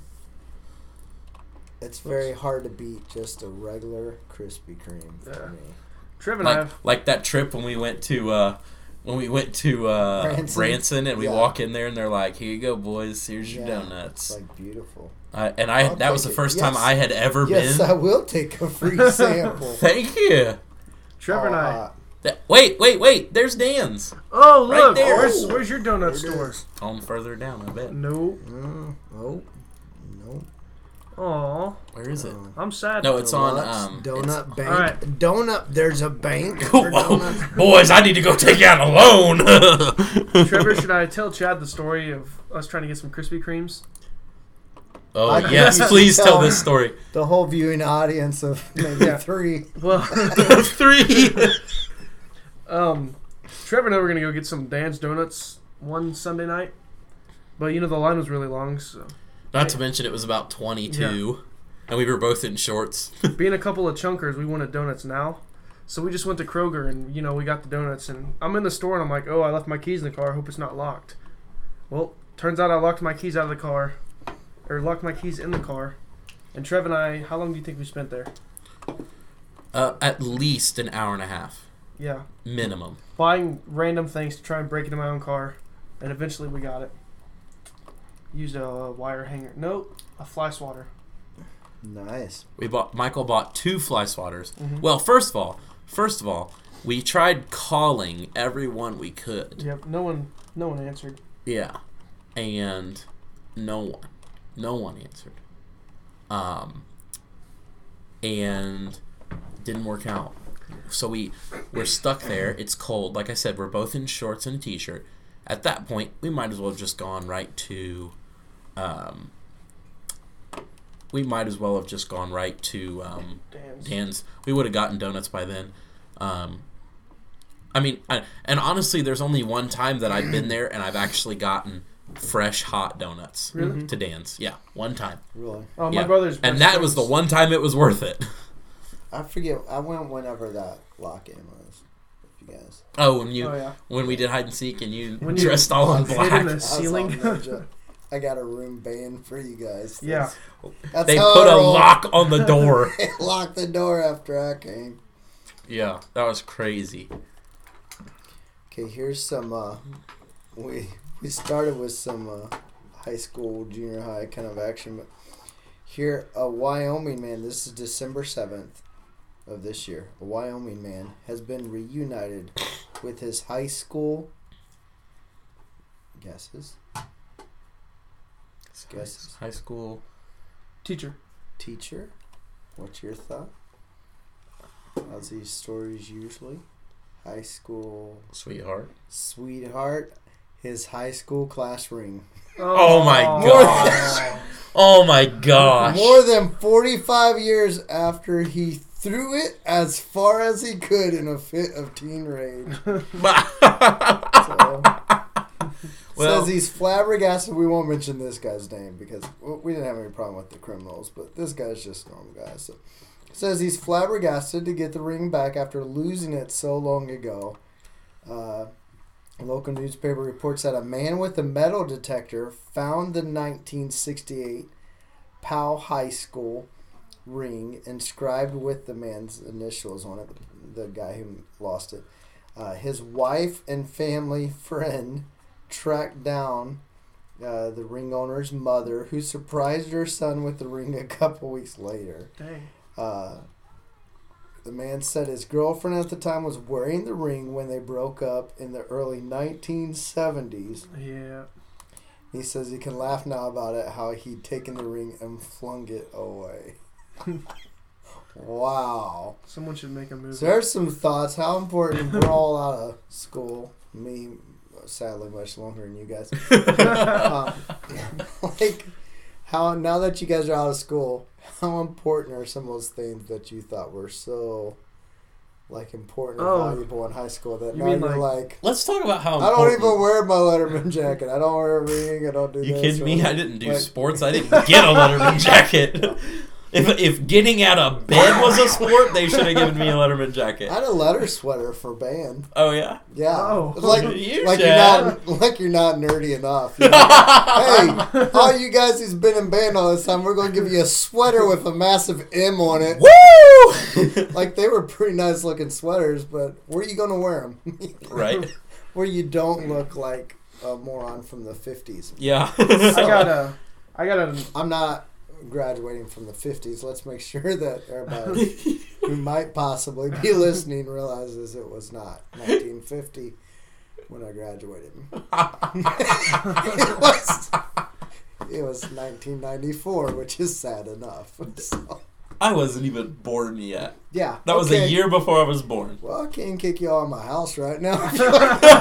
[SPEAKER 2] it's very hard to beat just a regular Krispy Kreme for
[SPEAKER 1] Yeah.
[SPEAKER 2] me.
[SPEAKER 1] Trev and I
[SPEAKER 3] Like
[SPEAKER 1] have.
[SPEAKER 3] like that trip when we went to uh when we went to uh
[SPEAKER 2] Branson.
[SPEAKER 3] Branson, and we
[SPEAKER 2] Yeah.
[SPEAKER 3] walk in there and they're like, "Here you go, boys. Here's your
[SPEAKER 2] Yeah.
[SPEAKER 3] donuts."
[SPEAKER 2] It's like beautiful.
[SPEAKER 3] I, and I
[SPEAKER 2] I'll
[SPEAKER 3] that was the
[SPEAKER 2] take it.
[SPEAKER 3] first time
[SPEAKER 2] Yes.
[SPEAKER 3] I had ever
[SPEAKER 2] Yes,
[SPEAKER 3] been.
[SPEAKER 2] I will take a free sample.
[SPEAKER 3] Thank you.
[SPEAKER 1] Trevor and I.
[SPEAKER 2] uh,
[SPEAKER 3] That, wait, wait, wait. There's Dan's.
[SPEAKER 1] Oh
[SPEAKER 3] Right
[SPEAKER 1] look,
[SPEAKER 3] there.
[SPEAKER 1] where's,
[SPEAKER 2] Oh.
[SPEAKER 1] where's your donut
[SPEAKER 2] There it
[SPEAKER 1] store?
[SPEAKER 2] is.
[SPEAKER 3] Oh, I'm further down. I bet.
[SPEAKER 1] No.
[SPEAKER 2] Mm, nope. Nope.
[SPEAKER 1] Aw,
[SPEAKER 3] Where is it?
[SPEAKER 1] I'm sad.
[SPEAKER 3] No, it's on
[SPEAKER 2] Deluxe
[SPEAKER 3] um.
[SPEAKER 2] donut bank.
[SPEAKER 1] Alright.
[SPEAKER 2] Donut. There's a bank.
[SPEAKER 3] it's-
[SPEAKER 2] for donuts.
[SPEAKER 3] Whoa, boys! I need to go take out a loan.
[SPEAKER 1] Trevor, should I tell Chad the story of us trying to get some Krispy Kremes?
[SPEAKER 3] oh
[SPEAKER 2] I think
[SPEAKER 3] yes,
[SPEAKER 2] you should
[SPEAKER 3] please tell
[SPEAKER 2] tell-
[SPEAKER 3] this story.
[SPEAKER 2] The whole viewing audience of maybe
[SPEAKER 1] Yeah.
[SPEAKER 2] three.
[SPEAKER 1] Well,
[SPEAKER 3] Three.
[SPEAKER 1] um, Trevor and I were gonna go get some Dan's donuts one Sunday night, but you know the line was really long, so
[SPEAKER 3] Not to mention it was about 22, and we were both in shorts.
[SPEAKER 1] being a couple of chunkers, we wanted donuts now. So we just went to Kroger and you know we got the donuts and I'm in the store and I'm like, oh, I left my keys in the car. I hope it's not locked. Well, turns out I locked my keys out of the car, or locked my keys in the car. And Trev and I, how long do you think we spent there?
[SPEAKER 3] uh, at least an hour and a half
[SPEAKER 1] Yeah,
[SPEAKER 3] minimum.
[SPEAKER 1] buying random things to try and break into my own car, and eventually we got it. Used a wire hanger. Nope, a fly swatter.
[SPEAKER 2] Nice.
[SPEAKER 3] We bought Michael bought two fly swatters.
[SPEAKER 1] Mhm.
[SPEAKER 3] Well, first of all, first of all, we tried calling everyone we could.
[SPEAKER 1] Yep, no one, no one answered.
[SPEAKER 3] Yeah, and no one, no one answered. Um, and didn't work out. So we we're stuck there. It's cold. Like I said, we're both in shorts and a t-shirt. At that point, we might as well have just gone right to. Um, we might as well have just gone right to um,
[SPEAKER 1] Damn.
[SPEAKER 3] Dan's. We would have gotten donuts by then. Um, I mean, I, and honestly, there's only one time that I've been there and I've actually gotten fresh hot donuts
[SPEAKER 1] Really?
[SPEAKER 3] to Dan's. Yeah, one time,
[SPEAKER 2] Really.
[SPEAKER 1] Oh, my
[SPEAKER 3] Yeah.
[SPEAKER 1] brother's. best
[SPEAKER 3] and that was the
[SPEAKER 1] friends-
[SPEAKER 3] one time it was worth it.
[SPEAKER 2] I forget. I went whenever that lock in was. If you guys.
[SPEAKER 3] Oh, when you
[SPEAKER 1] Oh yeah.
[SPEAKER 3] when we did hide and seek and you
[SPEAKER 1] When you-
[SPEAKER 3] dressed all in
[SPEAKER 1] hid in
[SPEAKER 3] black,
[SPEAKER 1] the
[SPEAKER 2] I was all
[SPEAKER 1] ceiling.
[SPEAKER 2] ninja. I got a room banned for you guys.
[SPEAKER 1] Yeah.
[SPEAKER 2] That's
[SPEAKER 3] they
[SPEAKER 2] how
[SPEAKER 3] put
[SPEAKER 2] I
[SPEAKER 3] a
[SPEAKER 2] roll.
[SPEAKER 3] lock on the door.
[SPEAKER 2] They locked the door after I came.
[SPEAKER 3] yeah, that was crazy.
[SPEAKER 2] Okay, here's some. Uh, we we started with some uh, high school, junior high kind of action, but here a Wyoming man. This is December seventh of this year. A Wyoming man has been reunited with his high school. Guesses. Guesses.
[SPEAKER 3] High school.
[SPEAKER 1] Teacher.
[SPEAKER 2] Teacher, what's your thought? How's these stories usually? High school
[SPEAKER 3] Sweetheart.
[SPEAKER 2] sweetheart, his high school class ring.
[SPEAKER 3] Oh my gosh. Oh my gosh.
[SPEAKER 2] More than 45 years after he threw it as far as he could in a fit of teen rage. So,
[SPEAKER 3] Well-
[SPEAKER 2] says he's flabbergasted. We won't mention this guy's name because well, we didn't have any problem with the criminals, but this guy's just a normal guy. So. Says he's flabbergasted to get the ring back after losing it so long ago. Uh, a local newspaper reports that a man with a metal detector found the 1968 Powell High School ring inscribed with the man's initials on it, the guy who lost it. Uh, his wife and family friend tracked down uh, the ring owner's mother, who surprised her son with the ring a couple weeks later.
[SPEAKER 1] Dang.
[SPEAKER 2] Uh, the man said his girlfriend at the time was wearing the ring when they broke up in the early 1970s.
[SPEAKER 1] Yeah.
[SPEAKER 2] He says he can laugh now about it, how he'd taken the ring and flung it away. wow.
[SPEAKER 1] Someone should make a movie.
[SPEAKER 2] So there's some thoughts. How important we're all out of school. Me, sadly, much longer than you guys. um, like how now that you guys are out of school, how important are some of those things that you thought were so like important
[SPEAKER 1] Oh.
[SPEAKER 2] or valuable in high school that
[SPEAKER 1] You
[SPEAKER 2] now
[SPEAKER 1] mean
[SPEAKER 2] you're
[SPEAKER 1] like-
[SPEAKER 2] like,
[SPEAKER 3] Let's talk about how.
[SPEAKER 2] I don't
[SPEAKER 3] important-
[SPEAKER 2] even wear my Letterman jacket. I don't wear a ring. I don't do.
[SPEAKER 3] You
[SPEAKER 2] this
[SPEAKER 3] kidding me?
[SPEAKER 2] or-
[SPEAKER 3] I didn't do
[SPEAKER 2] like-
[SPEAKER 3] sports. I didn't get a Letterman jacket. If, if getting out of bed was a sport, they should have given me a Letterman jacket.
[SPEAKER 2] I had a letter sweater for band.
[SPEAKER 3] Oh yeah.
[SPEAKER 2] Yeah,
[SPEAKER 1] Oh.
[SPEAKER 2] like
[SPEAKER 3] You
[SPEAKER 2] like
[SPEAKER 3] Chad.
[SPEAKER 2] you're not like you're not nerdy enough. You're like, hey, all you guys who's been in band all this time, we're gonna give you a sweater with a massive M on it.
[SPEAKER 3] Woo!
[SPEAKER 2] Like they were pretty nice looking sweaters, but where are you gonna wear them?
[SPEAKER 3] right.
[SPEAKER 2] where you don't look like a moron from the fifties.
[SPEAKER 3] Yeah.
[SPEAKER 1] I got a. I got a.
[SPEAKER 2] I'm not graduating from the fifties. Let's make sure that everybody who might possibly be listening realizes it was not 1950 when I graduated. it was. It was 1994, which is sad enough. So,
[SPEAKER 3] I wasn't even born yet.
[SPEAKER 2] yeah,
[SPEAKER 3] That was
[SPEAKER 2] okay.
[SPEAKER 3] a year before I was born.
[SPEAKER 2] Well, I can't kick you out of my house right now.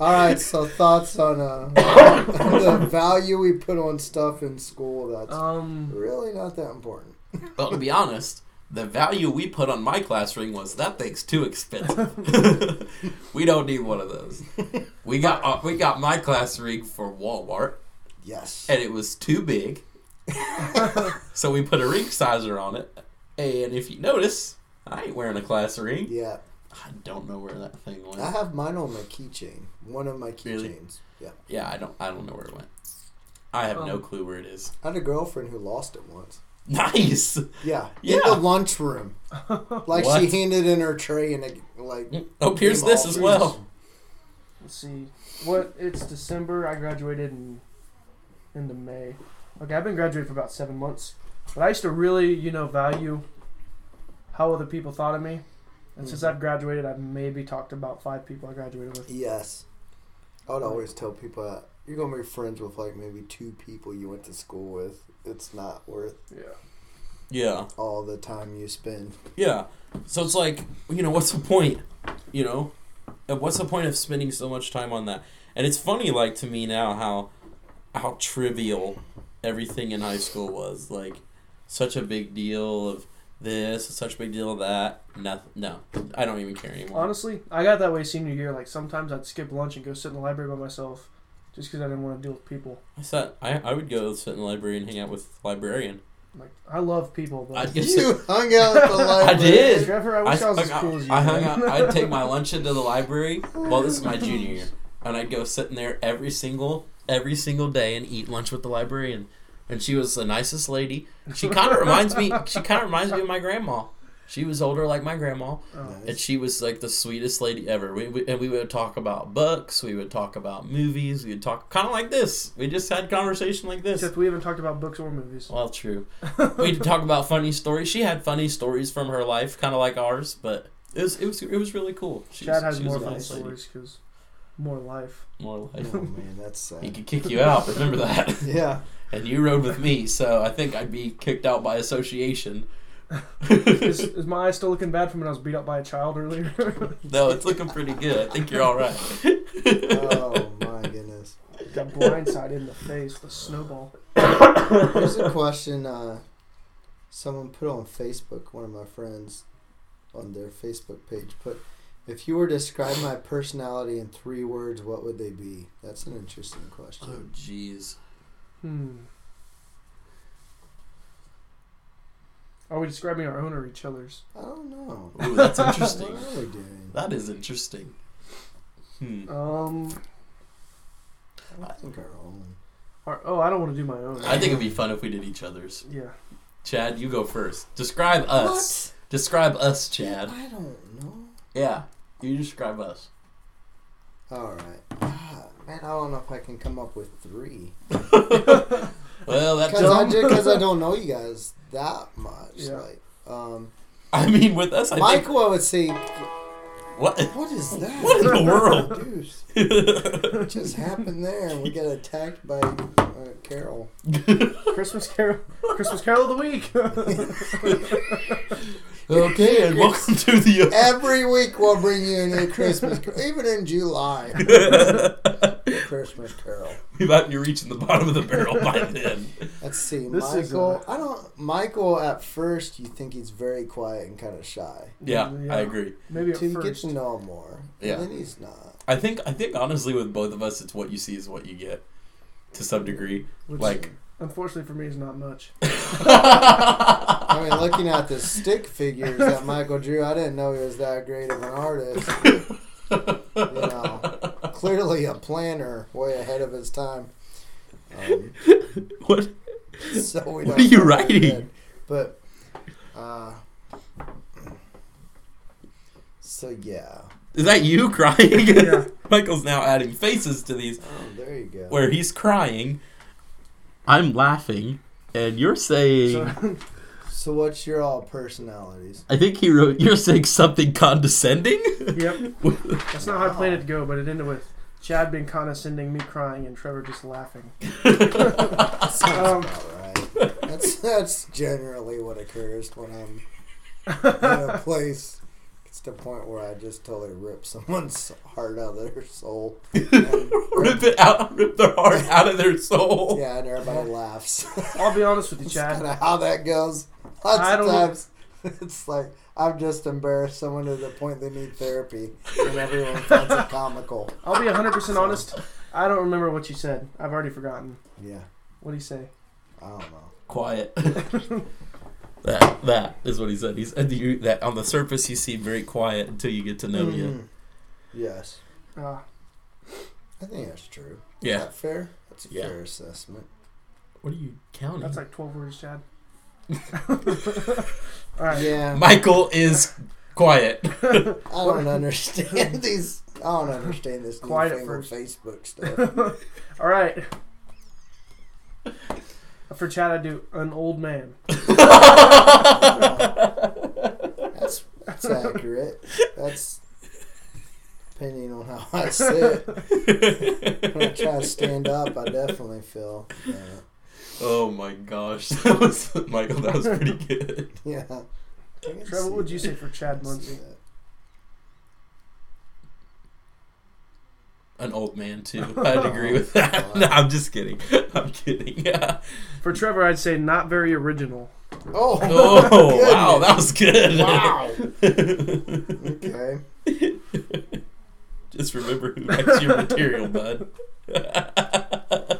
[SPEAKER 2] All right, so thoughts on uh, the value we put on stuff in school that's
[SPEAKER 1] Um.
[SPEAKER 2] really not that important.
[SPEAKER 3] Well, to be honest, the value we put on my class ring was that thing's too expensive. we don't need one of those. We got uh, we got my class ring for Walmart,
[SPEAKER 2] Yes.
[SPEAKER 3] and it was too big, so we put a ring sizer on it. And if you notice, I ain't wearing a class ring.
[SPEAKER 2] Yeah,
[SPEAKER 3] I don't know where that thing went.
[SPEAKER 2] I have mine on my keychain. One of my
[SPEAKER 3] Really?
[SPEAKER 2] keychains. Yeah,
[SPEAKER 3] Yeah, I don't I don't know where it went. I have no
[SPEAKER 1] Um.
[SPEAKER 3] clue where it is.
[SPEAKER 2] I had a girlfriend who lost it once.
[SPEAKER 3] Nice.
[SPEAKER 2] Yeah, in
[SPEAKER 3] Yeah.
[SPEAKER 2] the lunchroom. Like
[SPEAKER 3] What?
[SPEAKER 2] she handed in her tray and it like.
[SPEAKER 3] Oh, here's
[SPEAKER 2] came
[SPEAKER 3] this
[SPEAKER 2] off.
[SPEAKER 3] as well.
[SPEAKER 1] Let's see. What? It's December. I graduated in. Into May. Okay, I've been graduated for about seven months, but I used to really, you know, value how other people thought of me. And since I've graduated, I've maybe talked about five people I graduated with.
[SPEAKER 2] Yes. I would always tell people that you're gonna be friends with like maybe two people you went to school with. It's not worth
[SPEAKER 1] Yeah.
[SPEAKER 3] Yeah.
[SPEAKER 2] all the time you spend.
[SPEAKER 3] Yeah. So it's like, you know, what's the point? You know? And what's the point of spending so much time on that? And it's funny like to me now how how trivial everything in high school was. Like such a big deal of this, such a big deal of that. No, no. I don't even care anymore.
[SPEAKER 1] Honestly, I got that way senior year. Like sometimes I'd skip lunch and go sit in the library by myself, just because I didn't want to deal with people.
[SPEAKER 3] I sat, I, I would go sit in the library and hang out with librarian.
[SPEAKER 1] Like I love people, but
[SPEAKER 3] I'd go sit-
[SPEAKER 2] You hung out at the library.
[SPEAKER 3] I did.
[SPEAKER 1] Trevor, I wish I, was as
[SPEAKER 3] hung
[SPEAKER 1] cool
[SPEAKER 3] out-
[SPEAKER 1] as you.
[SPEAKER 3] I hung
[SPEAKER 1] man.
[SPEAKER 3] out. I'd take my lunch into the library. Well, this is my junior year, and I'd go sit in there every single every single day and eat lunch with the librarian. And she was the nicest lady. She kind of reminds me. She kind of reminds me of my grandma. She was older, like my grandma,
[SPEAKER 1] Oh,
[SPEAKER 3] and she was like the sweetest lady ever. We, we and we would talk about books. We would talk about movies. We would talk kind of like this. We just had conversation like this.
[SPEAKER 1] except we haven't talked about books or movies.
[SPEAKER 3] Well, true. we would talk about funny stories. She had funny stories from her life, kind of like ours, but it was it was it was really cool. She
[SPEAKER 1] Chad
[SPEAKER 3] was,
[SPEAKER 1] has
[SPEAKER 3] she was
[SPEAKER 1] more
[SPEAKER 3] a
[SPEAKER 1] funny
[SPEAKER 3] nice lady.
[SPEAKER 1] stories because more life.
[SPEAKER 3] More life.
[SPEAKER 2] Oh man, that's
[SPEAKER 3] He
[SPEAKER 2] sad.
[SPEAKER 3] could kick you out. Remember that.
[SPEAKER 2] Yeah.
[SPEAKER 3] and you rode with me, so I think I'd be kicked out by association.
[SPEAKER 1] Is, is my eye still looking bad from when I was beat up by a child earlier?
[SPEAKER 3] no, it's looking pretty good. I think you're all right.
[SPEAKER 2] Oh my goodness.
[SPEAKER 1] got blindsided in the face with a snowball.
[SPEAKER 2] Here's a question uh, someone put on Facebook, one of my friends on their Facebook page put if you were to describe my personality in three words, what would they be? That's an interesting
[SPEAKER 3] Oh,
[SPEAKER 2] question.
[SPEAKER 3] jeez.
[SPEAKER 1] Hmm. Are we describing our own or each other's?
[SPEAKER 2] I don't know.
[SPEAKER 3] Ooh, that's
[SPEAKER 2] What
[SPEAKER 3] interesting.
[SPEAKER 2] are we doing?
[SPEAKER 3] that is interesting. Hmm.
[SPEAKER 1] Um.
[SPEAKER 2] I don't think our own.
[SPEAKER 1] Our, oh, I don't want to do my own.
[SPEAKER 3] I think it'd be fun if we did each other's.
[SPEAKER 1] Yeah.
[SPEAKER 3] Chad, you go first. Describe us. Describe us, Chad.
[SPEAKER 2] I don't know.
[SPEAKER 3] Yeah. You describe us.
[SPEAKER 2] All right. Ah, man, I don't know if I can come up with three.
[SPEAKER 3] Well, that's
[SPEAKER 2] Because I, ju- 'cause I don't know you guys that much.
[SPEAKER 1] Yeah.
[SPEAKER 2] Like, um,
[SPEAKER 3] I mean, with us, I
[SPEAKER 2] Michael,
[SPEAKER 3] think
[SPEAKER 2] I would say,
[SPEAKER 3] what?
[SPEAKER 2] what is that?
[SPEAKER 3] What in the world?
[SPEAKER 2] Dude, what just happened there? We got attacked by uh, Carol.
[SPEAKER 1] Christmas Carol, Christmas Carol of the week.
[SPEAKER 3] okay, and welcome to the.
[SPEAKER 2] Every week we'll bring you a new Christmas, car- even in July. Eh. Christmas Carol.
[SPEAKER 3] We might be reaching the bottom of the barrel by then.
[SPEAKER 2] Let's see,
[SPEAKER 1] This is, uh,
[SPEAKER 2] Michael. I I don't. Michael, at first you think he's very quiet and kind of shy.
[SPEAKER 3] Yeah,
[SPEAKER 1] Yeah.
[SPEAKER 3] I agree.
[SPEAKER 1] Maybe at
[SPEAKER 2] Till you get
[SPEAKER 1] first.
[SPEAKER 2] to know him more.
[SPEAKER 3] Yeah.
[SPEAKER 2] And then he's not.
[SPEAKER 3] I think I think honestly, with both of us, it's what you see is what you get, to some degree.
[SPEAKER 1] Which,
[SPEAKER 3] Like,
[SPEAKER 1] unfortunately for me, is not much.
[SPEAKER 2] I mean, looking at the stick figures that Michael drew, I didn't know he was that great of an artist. you know, clearly a planner, way ahead of his time. Um,
[SPEAKER 3] what?
[SPEAKER 2] so we
[SPEAKER 3] What
[SPEAKER 2] don't
[SPEAKER 3] are you
[SPEAKER 2] know
[SPEAKER 3] writing?
[SPEAKER 2] yet. But, uh, so yeah.
[SPEAKER 3] Is that you crying?
[SPEAKER 1] Yeah.
[SPEAKER 3] Michael's now adding faces to these
[SPEAKER 2] Oh, there you go.
[SPEAKER 3] where he's crying. I'm laughing, and you're saying.
[SPEAKER 1] So,
[SPEAKER 2] So what's your all personalities?
[SPEAKER 3] I think he wrote. You're saying something condescending.
[SPEAKER 1] yep, that's not how I planned it to go, but it ended with Chad being condescending, me crying, and Trevor just laughing. um,
[SPEAKER 2] All right. That's that's generally what occurs when I'm in a place. It's the point where I just totally rip someone's heart out of their soul. And,
[SPEAKER 3] rip it out. Rip their heart out of their soul.
[SPEAKER 2] yeah, and everybody laughs.
[SPEAKER 1] Oh. I'll be honest with you,
[SPEAKER 2] That's kind
[SPEAKER 1] Chad.
[SPEAKER 2] of how that goes. Lots
[SPEAKER 1] I
[SPEAKER 2] of
[SPEAKER 1] don't-
[SPEAKER 2] times, it's like I've just embarrassed someone to the point they need therapy, and everyone finds it comical.
[SPEAKER 1] I'll be 100% honest. I don't remember what you said. I've already forgotten.
[SPEAKER 2] Yeah,
[SPEAKER 1] What do you say?
[SPEAKER 2] I don't know.
[SPEAKER 3] Quiet. that that is what he said. He said to you that on the surface you seem very quiet until you get to know you.
[SPEAKER 1] Mm-hmm.
[SPEAKER 2] Mhm. Yes,
[SPEAKER 1] Uh,
[SPEAKER 2] I think that's true. Is
[SPEAKER 3] Yeah.
[SPEAKER 2] that fair? That's a
[SPEAKER 3] Yeah.
[SPEAKER 2] fair assessment.
[SPEAKER 3] What are you counting?
[SPEAKER 1] that's like 12 words, Chad. All right.
[SPEAKER 2] Yeah.
[SPEAKER 3] Michael is quiet.
[SPEAKER 2] I don't understand these. I don't understand this
[SPEAKER 1] Quiet at
[SPEAKER 2] newfangled
[SPEAKER 1] first.
[SPEAKER 2] Facebook stuff.
[SPEAKER 1] All right. For Chad, I do an old man.
[SPEAKER 2] That's that's accurate. That's depending on how I sit. When I try to stand up, I definitely feel. Uh,
[SPEAKER 3] oh my gosh, that was Michael. That was pretty good.
[SPEAKER 2] yeah. I can
[SPEAKER 1] Trevor,
[SPEAKER 2] see
[SPEAKER 1] what would you say for
[SPEAKER 2] that.
[SPEAKER 1] Chad
[SPEAKER 2] I can see
[SPEAKER 1] Muncie?
[SPEAKER 2] that.
[SPEAKER 3] An old man too. I'd agree with
[SPEAKER 1] Oh,
[SPEAKER 3] that. No, I'm just kidding. I'm kidding.
[SPEAKER 1] For Trevor, I'd say not very original.
[SPEAKER 2] Oh.
[SPEAKER 3] Oh
[SPEAKER 2] goodness.
[SPEAKER 3] wow, that was good.
[SPEAKER 2] Okay.
[SPEAKER 3] Just remember who writes your material, bud.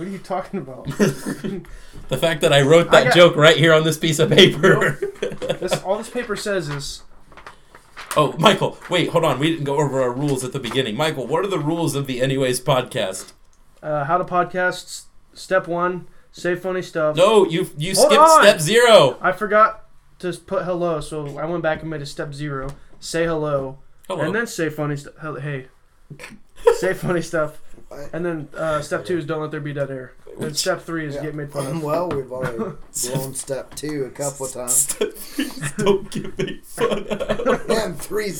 [SPEAKER 1] What are you talking about?
[SPEAKER 3] The fact that I wrote
[SPEAKER 1] I
[SPEAKER 3] that
[SPEAKER 1] got-
[SPEAKER 3] joke right here on this piece of paper.
[SPEAKER 1] this all this paper says is
[SPEAKER 3] oh, Michael, wait, hold on. We didn't go over our rules at the beginning. Michael, what are the rules of the Anyways podcast?
[SPEAKER 1] uh, how to podcast. s- Step one: say funny stuff.
[SPEAKER 3] No, you you
[SPEAKER 1] Hold
[SPEAKER 3] skipped
[SPEAKER 1] on.
[SPEAKER 3] step zero.
[SPEAKER 1] I forgot to put hello, so I went back and made a step zero. Say hello,
[SPEAKER 3] Hello.
[SPEAKER 1] and then say funny stuff. Hey, say funny stuff, and then uh, step two is don't let there be dead air. And step three is
[SPEAKER 2] Yeah.
[SPEAKER 1] get made fun of.
[SPEAKER 2] Well, we've already blown step two a couple times.
[SPEAKER 3] Step three is don't give me fun.
[SPEAKER 2] Man, three,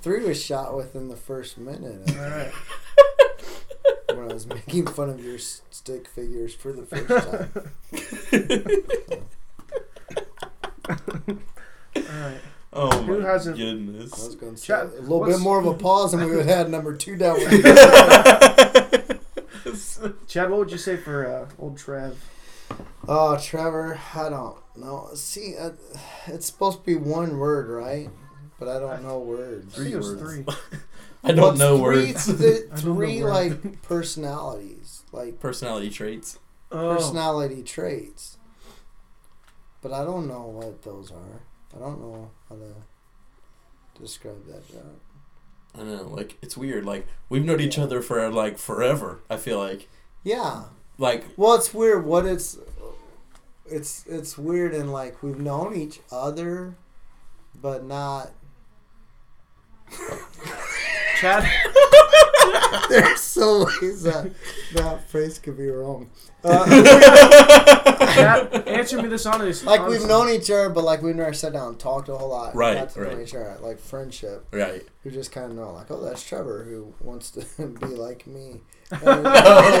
[SPEAKER 2] three was shot within the first minute.
[SPEAKER 1] All right.
[SPEAKER 2] when I was making fun of your s- stick figures for the first time.
[SPEAKER 1] All right.
[SPEAKER 3] Oh
[SPEAKER 1] Who
[SPEAKER 3] my
[SPEAKER 1] hasn't-
[SPEAKER 2] I was
[SPEAKER 3] goodness.
[SPEAKER 2] going to say a
[SPEAKER 1] Chad,
[SPEAKER 2] little bit
[SPEAKER 1] what's-
[SPEAKER 2] more of a pause, and we would have had number two down.
[SPEAKER 1] Chad, what would you say for uh, old Trev?
[SPEAKER 2] oh, Trevor, I don't know. See, uh, it's supposed to be one word, right? But I don't know words.
[SPEAKER 1] I think it was
[SPEAKER 3] words.
[SPEAKER 1] three.
[SPEAKER 3] I don't
[SPEAKER 2] What's
[SPEAKER 3] know
[SPEAKER 2] three,
[SPEAKER 3] words.
[SPEAKER 2] th-
[SPEAKER 1] I don't know
[SPEAKER 2] three
[SPEAKER 1] words.
[SPEAKER 2] like personalities, like
[SPEAKER 3] Personality traits.
[SPEAKER 1] Oh,
[SPEAKER 2] personality traits. But I don't know what those are. I don't know how to describe that. Job.
[SPEAKER 3] I know, like it's weird. Like we've known each other for like forever. I feel like,
[SPEAKER 2] Yeah.
[SPEAKER 3] like
[SPEAKER 2] Well, it's weird. What it's, it's it's weird and like we've known each other, but not.
[SPEAKER 1] Chad,
[SPEAKER 2] There's always that that phrase could be wrong. Uh,
[SPEAKER 1] Chad, answer me this honest.
[SPEAKER 2] like we've
[SPEAKER 1] honestly.
[SPEAKER 2] known each other, but like we've never sat down and talked a whole lot.
[SPEAKER 3] Right,
[SPEAKER 2] got to know
[SPEAKER 3] right.
[SPEAKER 2] each other, like friendship.
[SPEAKER 3] Right.
[SPEAKER 2] Who just kind of know, like, oh, that's Trevor who wants to be like me.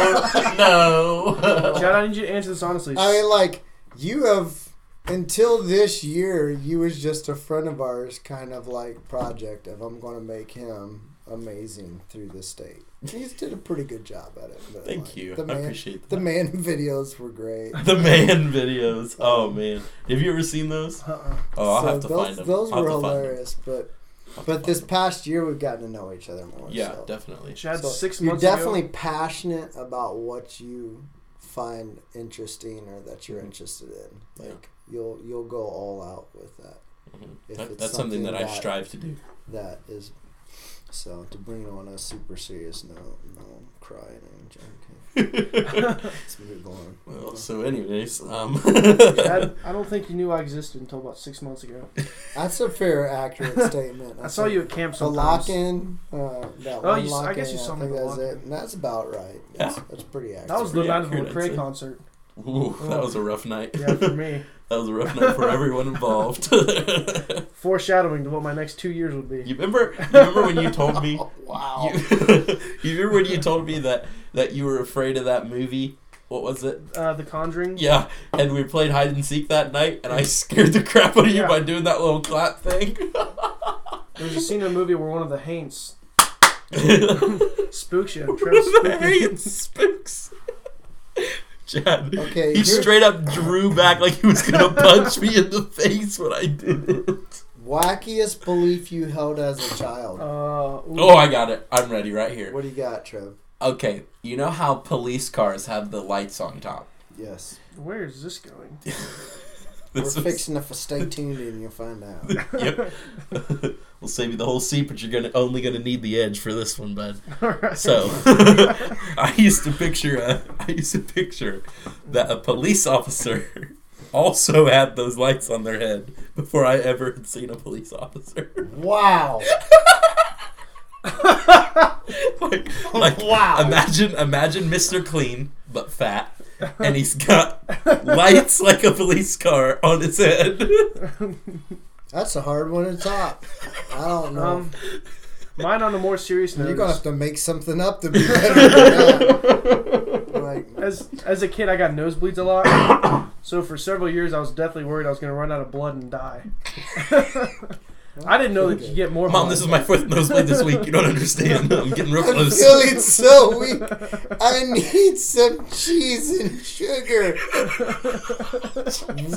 [SPEAKER 3] no.
[SPEAKER 1] Chad, I need you to answer this honestly.
[SPEAKER 2] I mean, like, you have until this year, you was just a friend of ours, kind of like project of I'm going to make him amazing through the state. He's did a pretty good job at it. But
[SPEAKER 3] Thank
[SPEAKER 2] like,
[SPEAKER 3] you.
[SPEAKER 2] The
[SPEAKER 3] I
[SPEAKER 2] man,
[SPEAKER 3] appreciate that.
[SPEAKER 2] the man videos were great.
[SPEAKER 3] The man videos. Oh man, have you ever seen those?
[SPEAKER 1] uh-uh.
[SPEAKER 3] Oh, I'll
[SPEAKER 2] So
[SPEAKER 3] have to
[SPEAKER 2] those,
[SPEAKER 3] find them.
[SPEAKER 2] Those
[SPEAKER 3] I'll
[SPEAKER 2] were
[SPEAKER 3] have to find them.
[SPEAKER 2] hilarious, but
[SPEAKER 3] I'll have to
[SPEAKER 2] but
[SPEAKER 3] find
[SPEAKER 2] this
[SPEAKER 3] them.
[SPEAKER 2] past year we've gotten to know each other more.
[SPEAKER 3] Yeah,
[SPEAKER 2] so.
[SPEAKER 3] definitely.
[SPEAKER 1] Chad,
[SPEAKER 2] So
[SPEAKER 1] six
[SPEAKER 2] you're
[SPEAKER 1] months
[SPEAKER 2] definitely
[SPEAKER 1] ago.
[SPEAKER 2] passionate about what you find interesting or that you're interested in.
[SPEAKER 3] Yeah.
[SPEAKER 2] Like you'll you'll go all out with that.
[SPEAKER 3] Mhm.
[SPEAKER 2] If
[SPEAKER 3] That,
[SPEAKER 2] it's
[SPEAKER 3] that's something that, I
[SPEAKER 2] that-
[SPEAKER 3] strive to do.
[SPEAKER 2] That is so to bring it on a super serious note. No, I'm crying. I'm joking. Let's move on.
[SPEAKER 3] Well, so anyways, um,
[SPEAKER 1] Chad, I don't think you knew I existed until about six months ago.
[SPEAKER 2] That's a fair, accurate statement.
[SPEAKER 1] I saw you at camp
[SPEAKER 2] The
[SPEAKER 1] sometimes.
[SPEAKER 2] lock in, uh, that
[SPEAKER 1] Oh,
[SPEAKER 2] one
[SPEAKER 1] you s- I
[SPEAKER 2] lock in,
[SPEAKER 1] guess you saw me
[SPEAKER 2] think
[SPEAKER 1] the
[SPEAKER 2] that's
[SPEAKER 1] lock-in.
[SPEAKER 2] it. And that's about right. That's, that's pretty accurate.
[SPEAKER 1] That was the
[SPEAKER 3] pretty
[SPEAKER 1] night of the
[SPEAKER 3] accurate, I'd
[SPEAKER 1] McCray
[SPEAKER 3] say.
[SPEAKER 1] concert.
[SPEAKER 3] ooh, that was a rough night.
[SPEAKER 1] Yeah, for me.
[SPEAKER 3] that was a rough night for everyone involved. you
[SPEAKER 1] Foreshadowing to what my next two years would be.
[SPEAKER 3] remember? You remember when you told me?
[SPEAKER 2] Oh, wow.
[SPEAKER 3] You, you remember when you told me that that you were afraid of that movie? What was it?
[SPEAKER 1] Uh, the Conjuring.
[SPEAKER 3] Yeah, and we played hide and seek that night, and I scared the crap out of you
[SPEAKER 1] Yeah.
[SPEAKER 3] by doing that little clap thing.
[SPEAKER 1] There's a scene in the movie where one of the Haints
[SPEAKER 3] the
[SPEAKER 1] spooks you. Travis spooked me.
[SPEAKER 3] hate spooks. Chad,
[SPEAKER 2] Okay,
[SPEAKER 3] he
[SPEAKER 2] here-
[SPEAKER 3] straight up drew back like he was gonna punch me in the face when I did it.
[SPEAKER 2] Wackiest belief you held as a child.
[SPEAKER 1] Uh, ooh.
[SPEAKER 3] Oh, I got it. I'm ready right here.
[SPEAKER 2] What do you got, Trev?
[SPEAKER 3] Okay, you know how police cars have the lights on top?
[SPEAKER 2] Yes.
[SPEAKER 1] Where is this going?
[SPEAKER 3] This
[SPEAKER 2] We're
[SPEAKER 3] was-
[SPEAKER 2] fixing it for stay tuned and you'll find out.
[SPEAKER 3] yep. we'll save you the whole seat, but you're gonna only gonna need the edge for this one, bud.
[SPEAKER 1] All right.
[SPEAKER 3] So I used to picture a, I used to picture that a police officer also had those lights on their head before I ever had seen a police officer.
[SPEAKER 2] Wow.
[SPEAKER 3] like, like
[SPEAKER 2] Oh, Wow.
[SPEAKER 3] imagine imagine Mr. Clean but fat and he's got lights like a police car on his head.
[SPEAKER 2] That's a hard one to top. I don't know.
[SPEAKER 1] Um, mine on a more serious note.
[SPEAKER 2] You're going to have
[SPEAKER 1] is-
[SPEAKER 2] to make something up to be better than that. Like,
[SPEAKER 1] As as a kid, I got nosebleeds a lot. so for several years, I was definitely worried I was going to run out of blood and die. I didn't know that you get more.
[SPEAKER 3] Mom,
[SPEAKER 1] blood.
[SPEAKER 3] this is my fourth nosebleed this week. You don't understand. I'm getting real
[SPEAKER 2] I'm
[SPEAKER 3] close.
[SPEAKER 2] feeling so weak. I need some cheese and sugar.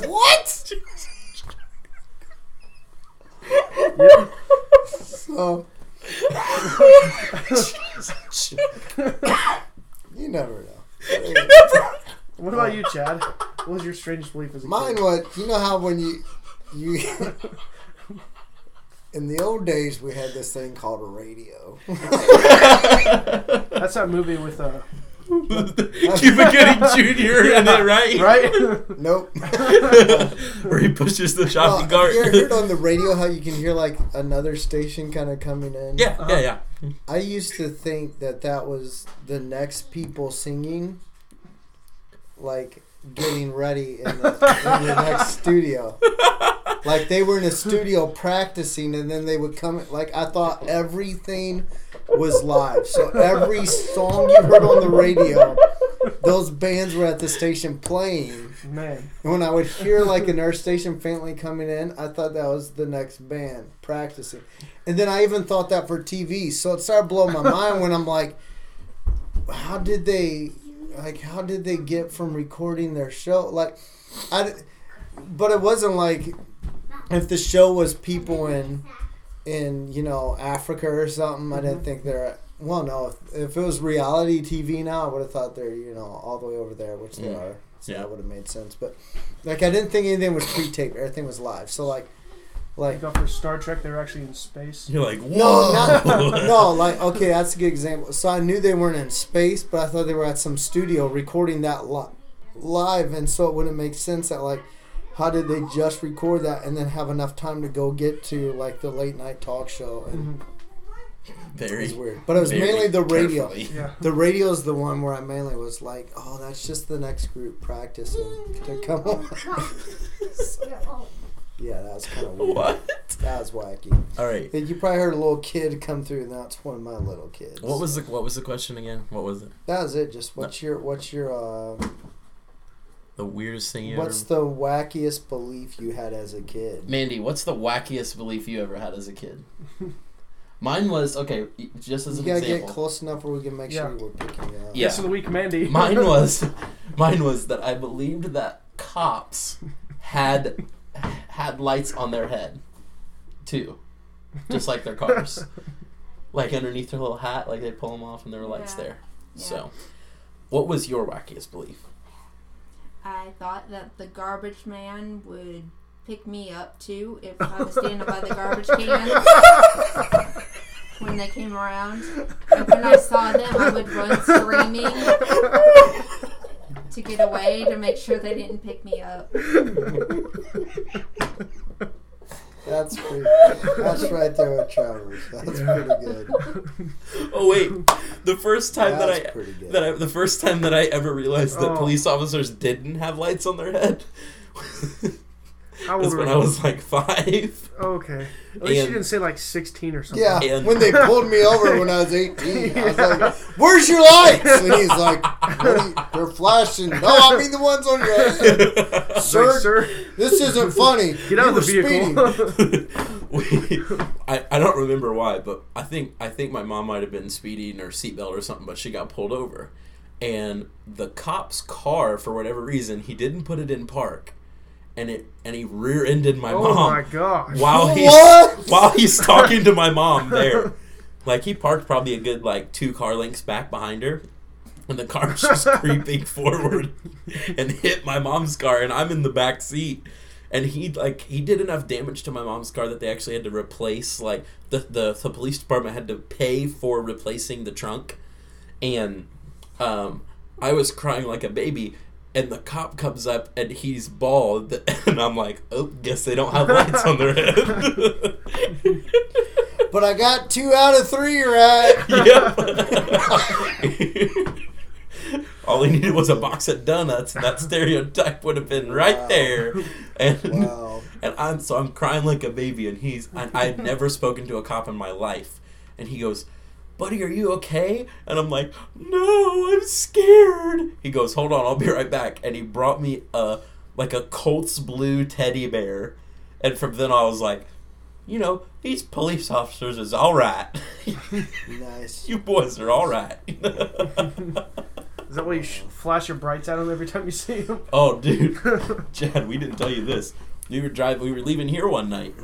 [SPEAKER 2] What? so, you never know.
[SPEAKER 1] What about you, Chad? What was your strangest belief as a
[SPEAKER 2] Mine
[SPEAKER 1] kid?
[SPEAKER 2] was, you know how when you, you, in the old days we had this thing called a radio.
[SPEAKER 1] That's that movie with uh,
[SPEAKER 3] Cuba Gooding Jr. in it, right?
[SPEAKER 1] right?
[SPEAKER 2] nope.
[SPEAKER 3] Where he pushes the
[SPEAKER 2] Well,
[SPEAKER 3] shopping
[SPEAKER 2] have
[SPEAKER 3] cart.
[SPEAKER 2] you ever heard on the radio how you can hear like another station kind of coming in?
[SPEAKER 3] yeah, yeah, yeah.
[SPEAKER 2] I used to think that that was the next people singing, like getting ready in the, in the next studio. Like they were in a studio practicing, and then they would come. Like I thought everything was live, so every song you heard on the radio, those bands were at the station playing.
[SPEAKER 1] Man,
[SPEAKER 2] And when I would hear like an Earth Station family coming in, I thought that was the next band practicing. And then I even thought that for TV. So it started blowing my mind when I'm like, how did they, like, how did they get from recording their show? Like, I, d- but it wasn't like if the show was people in, in, you know, Africa or something, I didn't think they're, well, no, if, if it was reality TV now, I would have thought they're, you know, all the way over there, which they
[SPEAKER 3] Mm.
[SPEAKER 2] are. So
[SPEAKER 3] Yeah.
[SPEAKER 2] that would have made sense. But like I didn't think anything was pre-taped. Everything was live. So like,
[SPEAKER 1] I
[SPEAKER 2] like
[SPEAKER 1] thought for Star Trek they were actually in space.
[SPEAKER 3] You're like, whoa.
[SPEAKER 2] no, not, no, like okay, that's a good example. So I knew they weren't in space, but I thought they were at some studio recording that li- live, and so it wouldn't make sense that like. How did they just record that and then have enough time to go get to like the late night talk show and
[SPEAKER 1] Mhm.
[SPEAKER 2] It was
[SPEAKER 5] Very.
[SPEAKER 2] weird, but it was
[SPEAKER 5] very
[SPEAKER 2] mainly the radio.
[SPEAKER 5] carefully.
[SPEAKER 1] Yeah.
[SPEAKER 2] The radio is the one where I mainly was like, "Oh, that's just the next group practicing to come on." yeah, that was kind of weird.
[SPEAKER 5] What?
[SPEAKER 2] That was wacky.
[SPEAKER 5] All right.
[SPEAKER 2] And you probably heard a little kid come through, and that's one of my little kids.
[SPEAKER 5] What was the What was the question again? What was it?
[SPEAKER 2] That was it. Just what's your what's your uh,
[SPEAKER 5] The weirdest thing you
[SPEAKER 2] what's
[SPEAKER 5] ever.
[SPEAKER 2] the wackiest belief you had as a kid?
[SPEAKER 3] Mandy, what's the wackiest belief you ever had as a kid? Mine was okay. Just as
[SPEAKER 2] You
[SPEAKER 3] an
[SPEAKER 2] gotta
[SPEAKER 3] example,
[SPEAKER 2] get close enough where we can make sure
[SPEAKER 1] Yeah.
[SPEAKER 2] we're picking it up.
[SPEAKER 3] Yeah.
[SPEAKER 1] Guess of the week, Mandy.
[SPEAKER 3] mine was, mine was that I believed that cops had had lights on their head, too, just like their cars, like underneath their little hat, like they pull them off and there were lights
[SPEAKER 6] Yeah.
[SPEAKER 3] there.
[SPEAKER 6] Yeah.
[SPEAKER 3] So, what was your wackiest belief?
[SPEAKER 6] I thought that the garbage man would pick me up too if I was standing by the garbage can when they came around. And when I saw them, I would run screaming to get away to make sure they didn't pick me up.
[SPEAKER 2] That's pretty, that's right there with Travers. That's pretty good.
[SPEAKER 3] Oh wait, the first time that
[SPEAKER 2] That's
[SPEAKER 3] I
[SPEAKER 2] pretty good.
[SPEAKER 3] that I the first time that I ever realized that
[SPEAKER 1] Oh.
[SPEAKER 3] police officers didn't have lights on their head
[SPEAKER 1] How old
[SPEAKER 3] was
[SPEAKER 1] were
[SPEAKER 3] when
[SPEAKER 1] you?
[SPEAKER 3] I was like five.
[SPEAKER 1] Okay. At least you
[SPEAKER 3] And-
[SPEAKER 1] didn't say like 16 or something.
[SPEAKER 2] Yeah,
[SPEAKER 3] And-
[SPEAKER 2] when they pulled me over when I was 18, I was like, Where's your lights? And he's like, "What are you- They're flashing. No, I mean the ones on your head.
[SPEAKER 1] Like,
[SPEAKER 2] Sir,
[SPEAKER 1] sir,
[SPEAKER 2] this isn't funny.
[SPEAKER 1] get out
[SPEAKER 2] You
[SPEAKER 1] of the
[SPEAKER 2] were speeding."
[SPEAKER 1] vehicle.
[SPEAKER 3] we, I, I don't remember why, but I think I think my mom might have been speeding or seatbelt or something, but she got pulled over. And the cop's car, for whatever reason, he didn't put it in park, and it and he rear-ended my
[SPEAKER 1] oh
[SPEAKER 3] mom
[SPEAKER 1] my gosh.
[SPEAKER 3] while he's
[SPEAKER 2] What?
[SPEAKER 3] while he's talking to my mom there. Like he parked probably a good like two car lengths back behind her, and the car was just creeping forward and hit my mom's car, and I'm in the back seat. And he like he did enough damage to my mom's car that they actually had to replace like the the, the police department had to pay for replacing the trunk, and um, I was crying like a baby. And the cop comes up and he's bald, and I'm like, oh, guess they don't have lights on their head.
[SPEAKER 2] But I got two out of three right.
[SPEAKER 3] yep. All he needed was a box of donuts, and that stereotype would have been right
[SPEAKER 2] Wow.
[SPEAKER 3] there. And
[SPEAKER 2] Wow.
[SPEAKER 3] and I'm so I'm crying like a baby, and he's I, I had never spoken to a cop in my life, and he goes, "Buddy, are you okay?" And I'm like, "No, I'm scared." He goes, "Hold on, I'll be right back," and he brought me a like a Colts blue teddy bear, and from then I was like, you know, these police officers is all right.
[SPEAKER 2] Nice.
[SPEAKER 3] you boys are all right.
[SPEAKER 1] Is that why you sh- flash your brights at him every time you see him?
[SPEAKER 3] oh, dude, Chad, we didn't tell you this. We were driving. We were leaving here one night,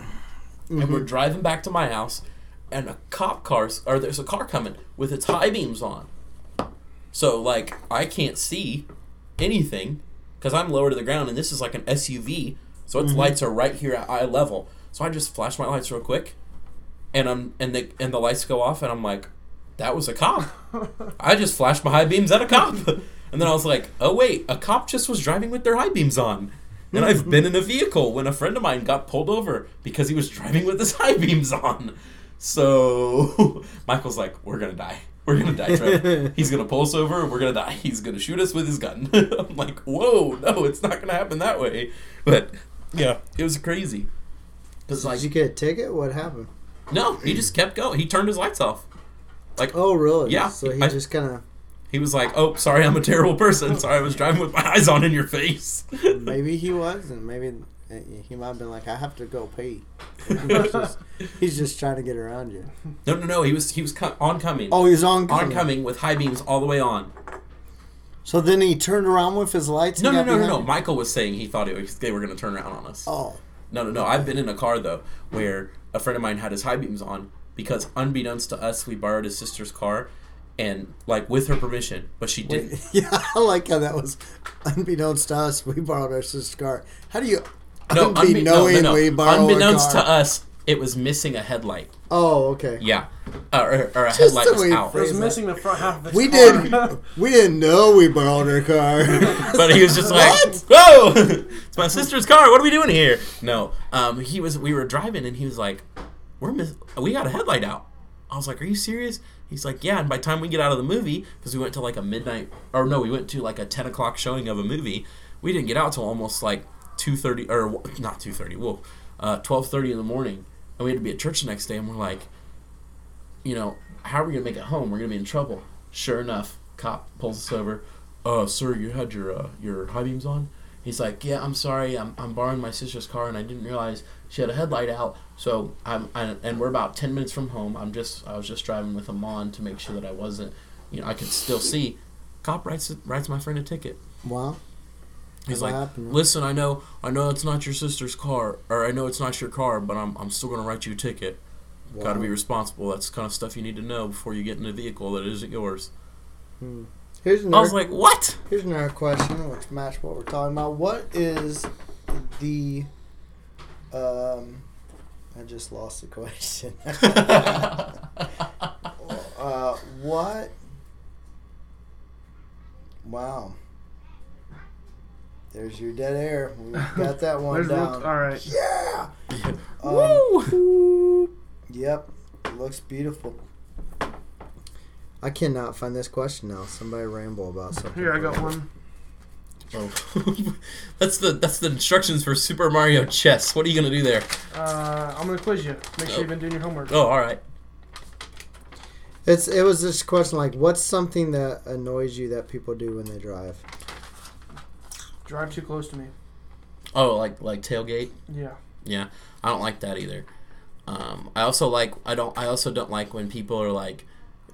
[SPEAKER 3] and we're driving back to my house, and a cop car's or there's a car coming with its high beams on. So like I can't see anything because I'm lower to the ground, and this is like an SUV, so its lights are right here at eye level. So I just flash my lights real quick, and I'm and the and the lights go off, and I'm like, that was a cop. I just flashed my high beams at a cop, and then I was like, oh wait, a cop just was driving with their high beams on. And I've been in a vehicle when a friend of mine got pulled over because he was driving with his high beams on. So Michael's like, "We're gonna die. We're gonna die, Trev. He's gonna pull us over. We're gonna die. He's gonna shoot us with his gun." I'm like, "Whoa, no, it's not gonna happen that way." But yeah, it was crazy. Cause like,
[SPEAKER 2] Did you get a ticket? What happened?
[SPEAKER 3] no, he just kept going. He turned his lights off.
[SPEAKER 2] Oh, really?
[SPEAKER 3] Yeah,
[SPEAKER 2] So he
[SPEAKER 3] I-
[SPEAKER 2] just kind of
[SPEAKER 3] He was like, "Oh, sorry, I'm a terrible person. Sorry, I was driving with my eyes on in your face."
[SPEAKER 2] maybe he wasn't. Maybe uh, he might have been like, I have to go pee. he's, just, he's just trying to get around you.
[SPEAKER 3] No, no, no. He was he was co- oncoming,
[SPEAKER 2] Oh, he's on coming.
[SPEAKER 3] oncoming with high beams all the way on.
[SPEAKER 2] So then he turned around with his lights.
[SPEAKER 3] No,
[SPEAKER 2] and
[SPEAKER 3] no,
[SPEAKER 2] got
[SPEAKER 3] no, no,
[SPEAKER 2] behind
[SPEAKER 3] no.
[SPEAKER 2] you?
[SPEAKER 3] Michael was saying he thought it was, they were gonna turn around on us.
[SPEAKER 2] Oh,
[SPEAKER 3] No, no, no. I've been in a car though where a friend of mine had his high beams on because, unbeknownst to us, we borrowed his sister's car, and like with her permission, but she didn't.
[SPEAKER 2] yeah. I like how that was unbeknownst to us. We borrowed our sister's car. How do you?
[SPEAKER 3] No, unbe- no, no,
[SPEAKER 2] unknowingly
[SPEAKER 3] no.
[SPEAKER 2] borrow a
[SPEAKER 3] Unbeknownst to
[SPEAKER 2] car?
[SPEAKER 3] us, it was missing a headlight.
[SPEAKER 2] Oh, okay.
[SPEAKER 3] Yeah, uh, or, or a
[SPEAKER 2] the
[SPEAKER 3] headlight was
[SPEAKER 2] way
[SPEAKER 1] It
[SPEAKER 2] Fra-
[SPEAKER 3] out.
[SPEAKER 1] was missing the front half of his
[SPEAKER 2] We
[SPEAKER 1] car.
[SPEAKER 2] did. we didn't know we borrowed her car.
[SPEAKER 3] But he was just like, "Whoa, it's my sister's car. What are we doing here?" No, um, he was. We were driving, and he was like, "We're miss- we got a headlight out." I was like, "Are you serious?" He's like, "Yeah." And by the time we get out of the movie, because we went to like a midnight, or no, we went to like a ten o'clock showing of a movie. We didn't get out till almost like two thirty, or not two thirty. Well, uh, twelve thirty in the morning, and we had to be at church the next day. And we're like, you know, how are we gonna make it home? We're gonna be in trouble. Sure enough, cop pulls us over. Uh, sir, you had your uh, your high beams on. He's like, yeah, I'm sorry, I'm, I'm borrowing my sister's car, and I didn't realize she had a headlight out. So I'm, I, and we're about ten minutes from home. I'm just, I was just driving with them on to make sure that I wasn't, you know, I could still see. Cop writes writes my friend a ticket.
[SPEAKER 2] Wow.
[SPEAKER 3] He's
[SPEAKER 2] What
[SPEAKER 3] like,
[SPEAKER 2] happened?
[SPEAKER 3] listen, I know, I know it's not your sister's car, or I know it's not your car, but I'm, I'm still gonna write you a ticket.
[SPEAKER 2] wow.
[SPEAKER 3] Got to be responsible. That's the kind of stuff you need to know before you get in a vehicle that isn't yours.
[SPEAKER 2] Hmm. Here's
[SPEAKER 3] I was
[SPEAKER 2] another,
[SPEAKER 3] like, what?
[SPEAKER 2] here's another question, which match what we're talking about. What is the um? I just lost the question. uh, what? Wow. There's your dead air. We got that one
[SPEAKER 1] There's no-
[SPEAKER 2] down.
[SPEAKER 1] all right.
[SPEAKER 2] Yeah. Um,
[SPEAKER 3] Woo!
[SPEAKER 2] Yep, it looks beautiful. I cannot find this question now. Somebody ramble about something.
[SPEAKER 1] Here I got one.
[SPEAKER 3] Oh. that's the that's the instructions for Super Mario Chess. What are you gonna do there?
[SPEAKER 1] Uh, I'm gonna quiz you. Make sure
[SPEAKER 3] Oh.
[SPEAKER 1] you've been doing your homework.
[SPEAKER 3] Oh, all right.
[SPEAKER 2] It's it was this question like, what's something that annoys you that people do when they drive?
[SPEAKER 1] Drive too close to me.
[SPEAKER 3] Oh, like like tailgate.
[SPEAKER 1] Yeah.
[SPEAKER 3] Yeah, I don't like that either. Um, I also like I don't I also don't like when people are like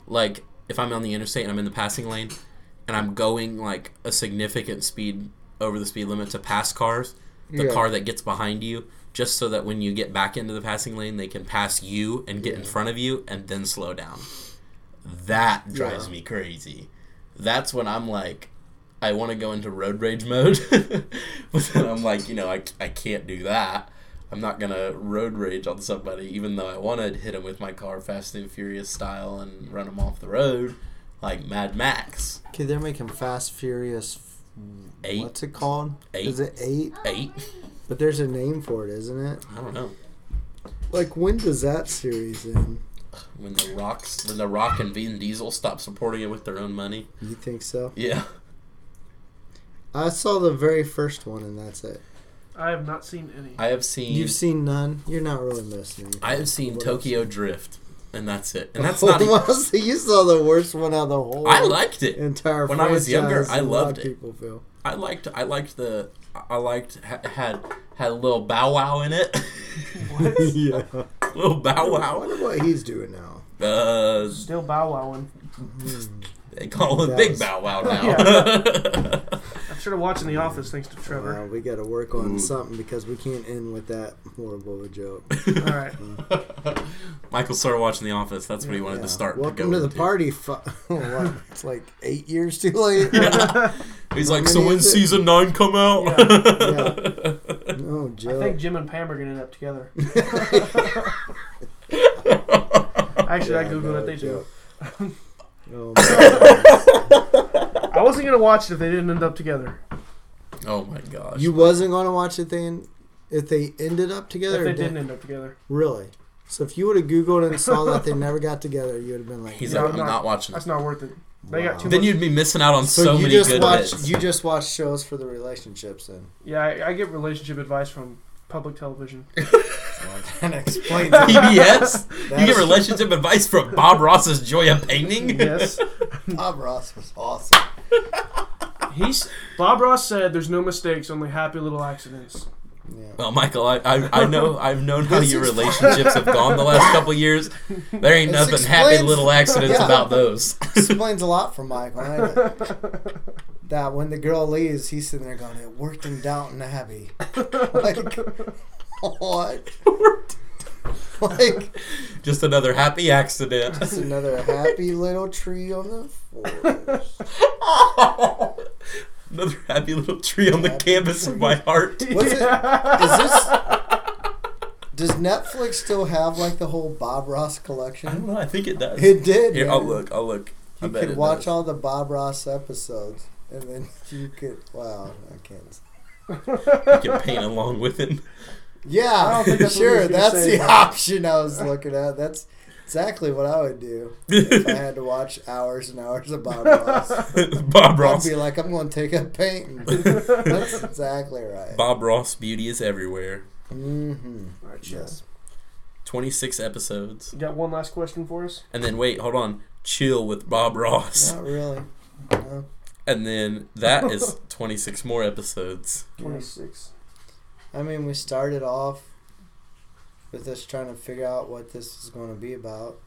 [SPEAKER 3] like if I'm on the interstate and I'm in the passing lane and I'm going like a significant speed over the speed limit to pass cars, the
[SPEAKER 2] Yeah.
[SPEAKER 3] car that gets behind you just so that when you get back into the passing lane they can pass you and get in
[SPEAKER 2] Yeah.
[SPEAKER 3] front of you and then slow down. That drives
[SPEAKER 2] Yeah.
[SPEAKER 3] me crazy. That's when I'm like I want to go into road rage mode, but then I'm like, you know, I, I can't do that. I'm not gonna road rage on somebody, even though I want to hit him with my car, Fast and Furious style, and run him off the road, like Mad Max.
[SPEAKER 2] Okay, they're making Fast Furious.
[SPEAKER 3] Eight.
[SPEAKER 2] What's it called?
[SPEAKER 3] Eight.
[SPEAKER 2] Is it eight?
[SPEAKER 3] Eight?
[SPEAKER 2] But there's a name for it, isn't it?
[SPEAKER 3] I don't know.
[SPEAKER 2] Like when does that series end?
[SPEAKER 3] When the rocks, when the Rock and Vin Diesel stop supporting it with their own money.
[SPEAKER 2] You think so?
[SPEAKER 3] Yeah.
[SPEAKER 2] I saw the very first one, and that's it.
[SPEAKER 1] I have not seen any.
[SPEAKER 3] I have seen.
[SPEAKER 2] You've seen none. You're not really missing.
[SPEAKER 3] I have seen
[SPEAKER 2] What
[SPEAKER 3] Tokyo Drift, and that's it. And that's
[SPEAKER 2] Hold
[SPEAKER 3] not. e
[SPEAKER 2] on, so you saw the worst one out of the whole.
[SPEAKER 3] I liked it.
[SPEAKER 2] entire
[SPEAKER 3] When I was younger,
[SPEAKER 2] franchise
[SPEAKER 3] I
[SPEAKER 2] and a lot
[SPEAKER 3] loved
[SPEAKER 2] of
[SPEAKER 3] it.
[SPEAKER 2] People feel.
[SPEAKER 3] I liked I liked the I liked ha- had had a little bow wow in it.
[SPEAKER 2] yeah.
[SPEAKER 3] little bow
[SPEAKER 2] I
[SPEAKER 3] wow.
[SPEAKER 2] wonder what he's doing now.
[SPEAKER 3] Uh,
[SPEAKER 1] Still bow wowing.
[SPEAKER 3] they call him
[SPEAKER 2] That
[SPEAKER 3] Big
[SPEAKER 2] was-
[SPEAKER 3] Bow Wow now.
[SPEAKER 1] I started watching The Office thanks to Trevor.
[SPEAKER 2] Uh, we got to work on
[SPEAKER 3] Mm.
[SPEAKER 2] something because we can't end with that horrible of a joke.
[SPEAKER 1] All right.
[SPEAKER 3] Michael started watching The Office. That's what he wanted
[SPEAKER 2] Yeah.
[SPEAKER 3] to start.
[SPEAKER 2] Welcome
[SPEAKER 3] go
[SPEAKER 2] to the
[SPEAKER 3] into.
[SPEAKER 2] party. Fu- what? It's like eight years too late.
[SPEAKER 3] He's
[SPEAKER 2] How
[SPEAKER 3] like, so
[SPEAKER 2] many
[SPEAKER 3] when
[SPEAKER 2] is it?"
[SPEAKER 3] season nine come out?
[SPEAKER 2] Yeah. No
[SPEAKER 1] I
[SPEAKER 2] joke.
[SPEAKER 1] think Jim and Pam are gonna end up together. Actually, I
[SPEAKER 2] Yeah,
[SPEAKER 1] googled
[SPEAKER 2] no
[SPEAKER 1] it. They do.
[SPEAKER 2] joke. oh, my
[SPEAKER 1] I wasn't gonna watch it if they didn't end up together.
[SPEAKER 3] oh my gosh.
[SPEAKER 2] you wasn't going to watch it then if they ended up together?
[SPEAKER 1] If
[SPEAKER 2] or
[SPEAKER 1] they
[SPEAKER 2] didn't?
[SPEAKER 1] didn't end up together,
[SPEAKER 2] Really? So if you would have Googled and saw that they never got together, you would have been like,
[SPEAKER 3] He's
[SPEAKER 1] Yeah,
[SPEAKER 3] like,
[SPEAKER 1] I'm
[SPEAKER 3] I'm
[SPEAKER 1] not-
[SPEAKER 3] not, watching
[SPEAKER 1] that's
[SPEAKER 3] watching. it."
[SPEAKER 1] not worth it. They
[SPEAKER 2] Wow.
[SPEAKER 1] got too
[SPEAKER 3] Then
[SPEAKER 1] much.
[SPEAKER 3] you'd be missing out on so,
[SPEAKER 2] you
[SPEAKER 3] many
[SPEAKER 2] just
[SPEAKER 3] good
[SPEAKER 2] watch
[SPEAKER 3] bits.
[SPEAKER 2] you just watch shows for the relationships then.
[SPEAKER 1] Yeah, I, I get relationship advice from public television.
[SPEAKER 2] And explain
[SPEAKER 3] PBS? you get
[SPEAKER 2] That's-
[SPEAKER 3] relationship advice from Bob Ross's Joya Painting?
[SPEAKER 1] yes.
[SPEAKER 2] Bob Ross was awesome.
[SPEAKER 1] He's Bob Ross said, "There's no mistakes, only happy little accidents."
[SPEAKER 2] Yeah.
[SPEAKER 3] Well, Oh, Michael, I, I, I know I've known how
[SPEAKER 2] This
[SPEAKER 3] your
[SPEAKER 2] is-
[SPEAKER 3] relationships have gone the last couple years. There ain't
[SPEAKER 2] This
[SPEAKER 3] nothing happy
[SPEAKER 2] explains-
[SPEAKER 3] little accidents
[SPEAKER 2] Yeah.
[SPEAKER 3] about those.
[SPEAKER 2] Explains a lot for Michael. ain't it? that when the girl leaves, he's sitting there going, "It worked in Downton Abbey." Like what? Like
[SPEAKER 3] Just another happy accident.
[SPEAKER 2] it's another happy little tree on the forest.
[SPEAKER 3] another happy little tree on the
[SPEAKER 2] Happy
[SPEAKER 3] canvas of my heart.
[SPEAKER 2] What's it? Is this? Does Netflix still have like the whole Bob Ross
[SPEAKER 3] I don't
[SPEAKER 2] collection?
[SPEAKER 3] know. I think it does.
[SPEAKER 2] It did.
[SPEAKER 3] Here,
[SPEAKER 2] man.
[SPEAKER 3] I'll look. I'll look. I
[SPEAKER 2] You
[SPEAKER 3] bet
[SPEAKER 2] could
[SPEAKER 3] it
[SPEAKER 2] watch
[SPEAKER 3] does.
[SPEAKER 2] all the Bob Ross episodes, and then you could. Wow, I can't.
[SPEAKER 3] You can paint along with him.
[SPEAKER 2] Yeah,
[SPEAKER 1] don't think that's what he
[SPEAKER 2] sure.
[SPEAKER 1] was gonna
[SPEAKER 2] That's
[SPEAKER 1] say,
[SPEAKER 2] the
[SPEAKER 1] but-
[SPEAKER 2] option I was looking at. That's exactly what I would do if I had to watch hours and hours of Bob Ross.
[SPEAKER 3] Bob
[SPEAKER 2] I'd
[SPEAKER 3] Ross.
[SPEAKER 2] be like, I'm going to take up painting. That's exactly right.
[SPEAKER 3] Bob Ross beauty is everywhere.
[SPEAKER 2] Mm-hmm.
[SPEAKER 1] All right, chill.
[SPEAKER 2] Yes.
[SPEAKER 3] 26 episodes.
[SPEAKER 1] You got one last question for us?
[SPEAKER 3] And then wait, hold on. Chill with Bob Ross.
[SPEAKER 2] Not really. No.
[SPEAKER 3] And then that is 26 more episodes.
[SPEAKER 1] 26.
[SPEAKER 2] I mean, we started off with us trying to figure out what this is going to be about,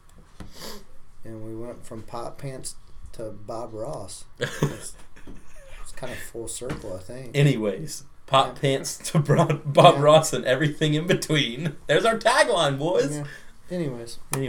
[SPEAKER 2] and we went from Pop Pants to Bob Ross. It's, it's kind of full circle, I think.
[SPEAKER 3] Anyways, pop
[SPEAKER 2] Yeah.
[SPEAKER 3] pants to Bob, Bob
[SPEAKER 2] Yeah.
[SPEAKER 3] Ross and everything in between. There's our tagline, boys.
[SPEAKER 2] Yeah. Anyways,
[SPEAKER 3] Anyway.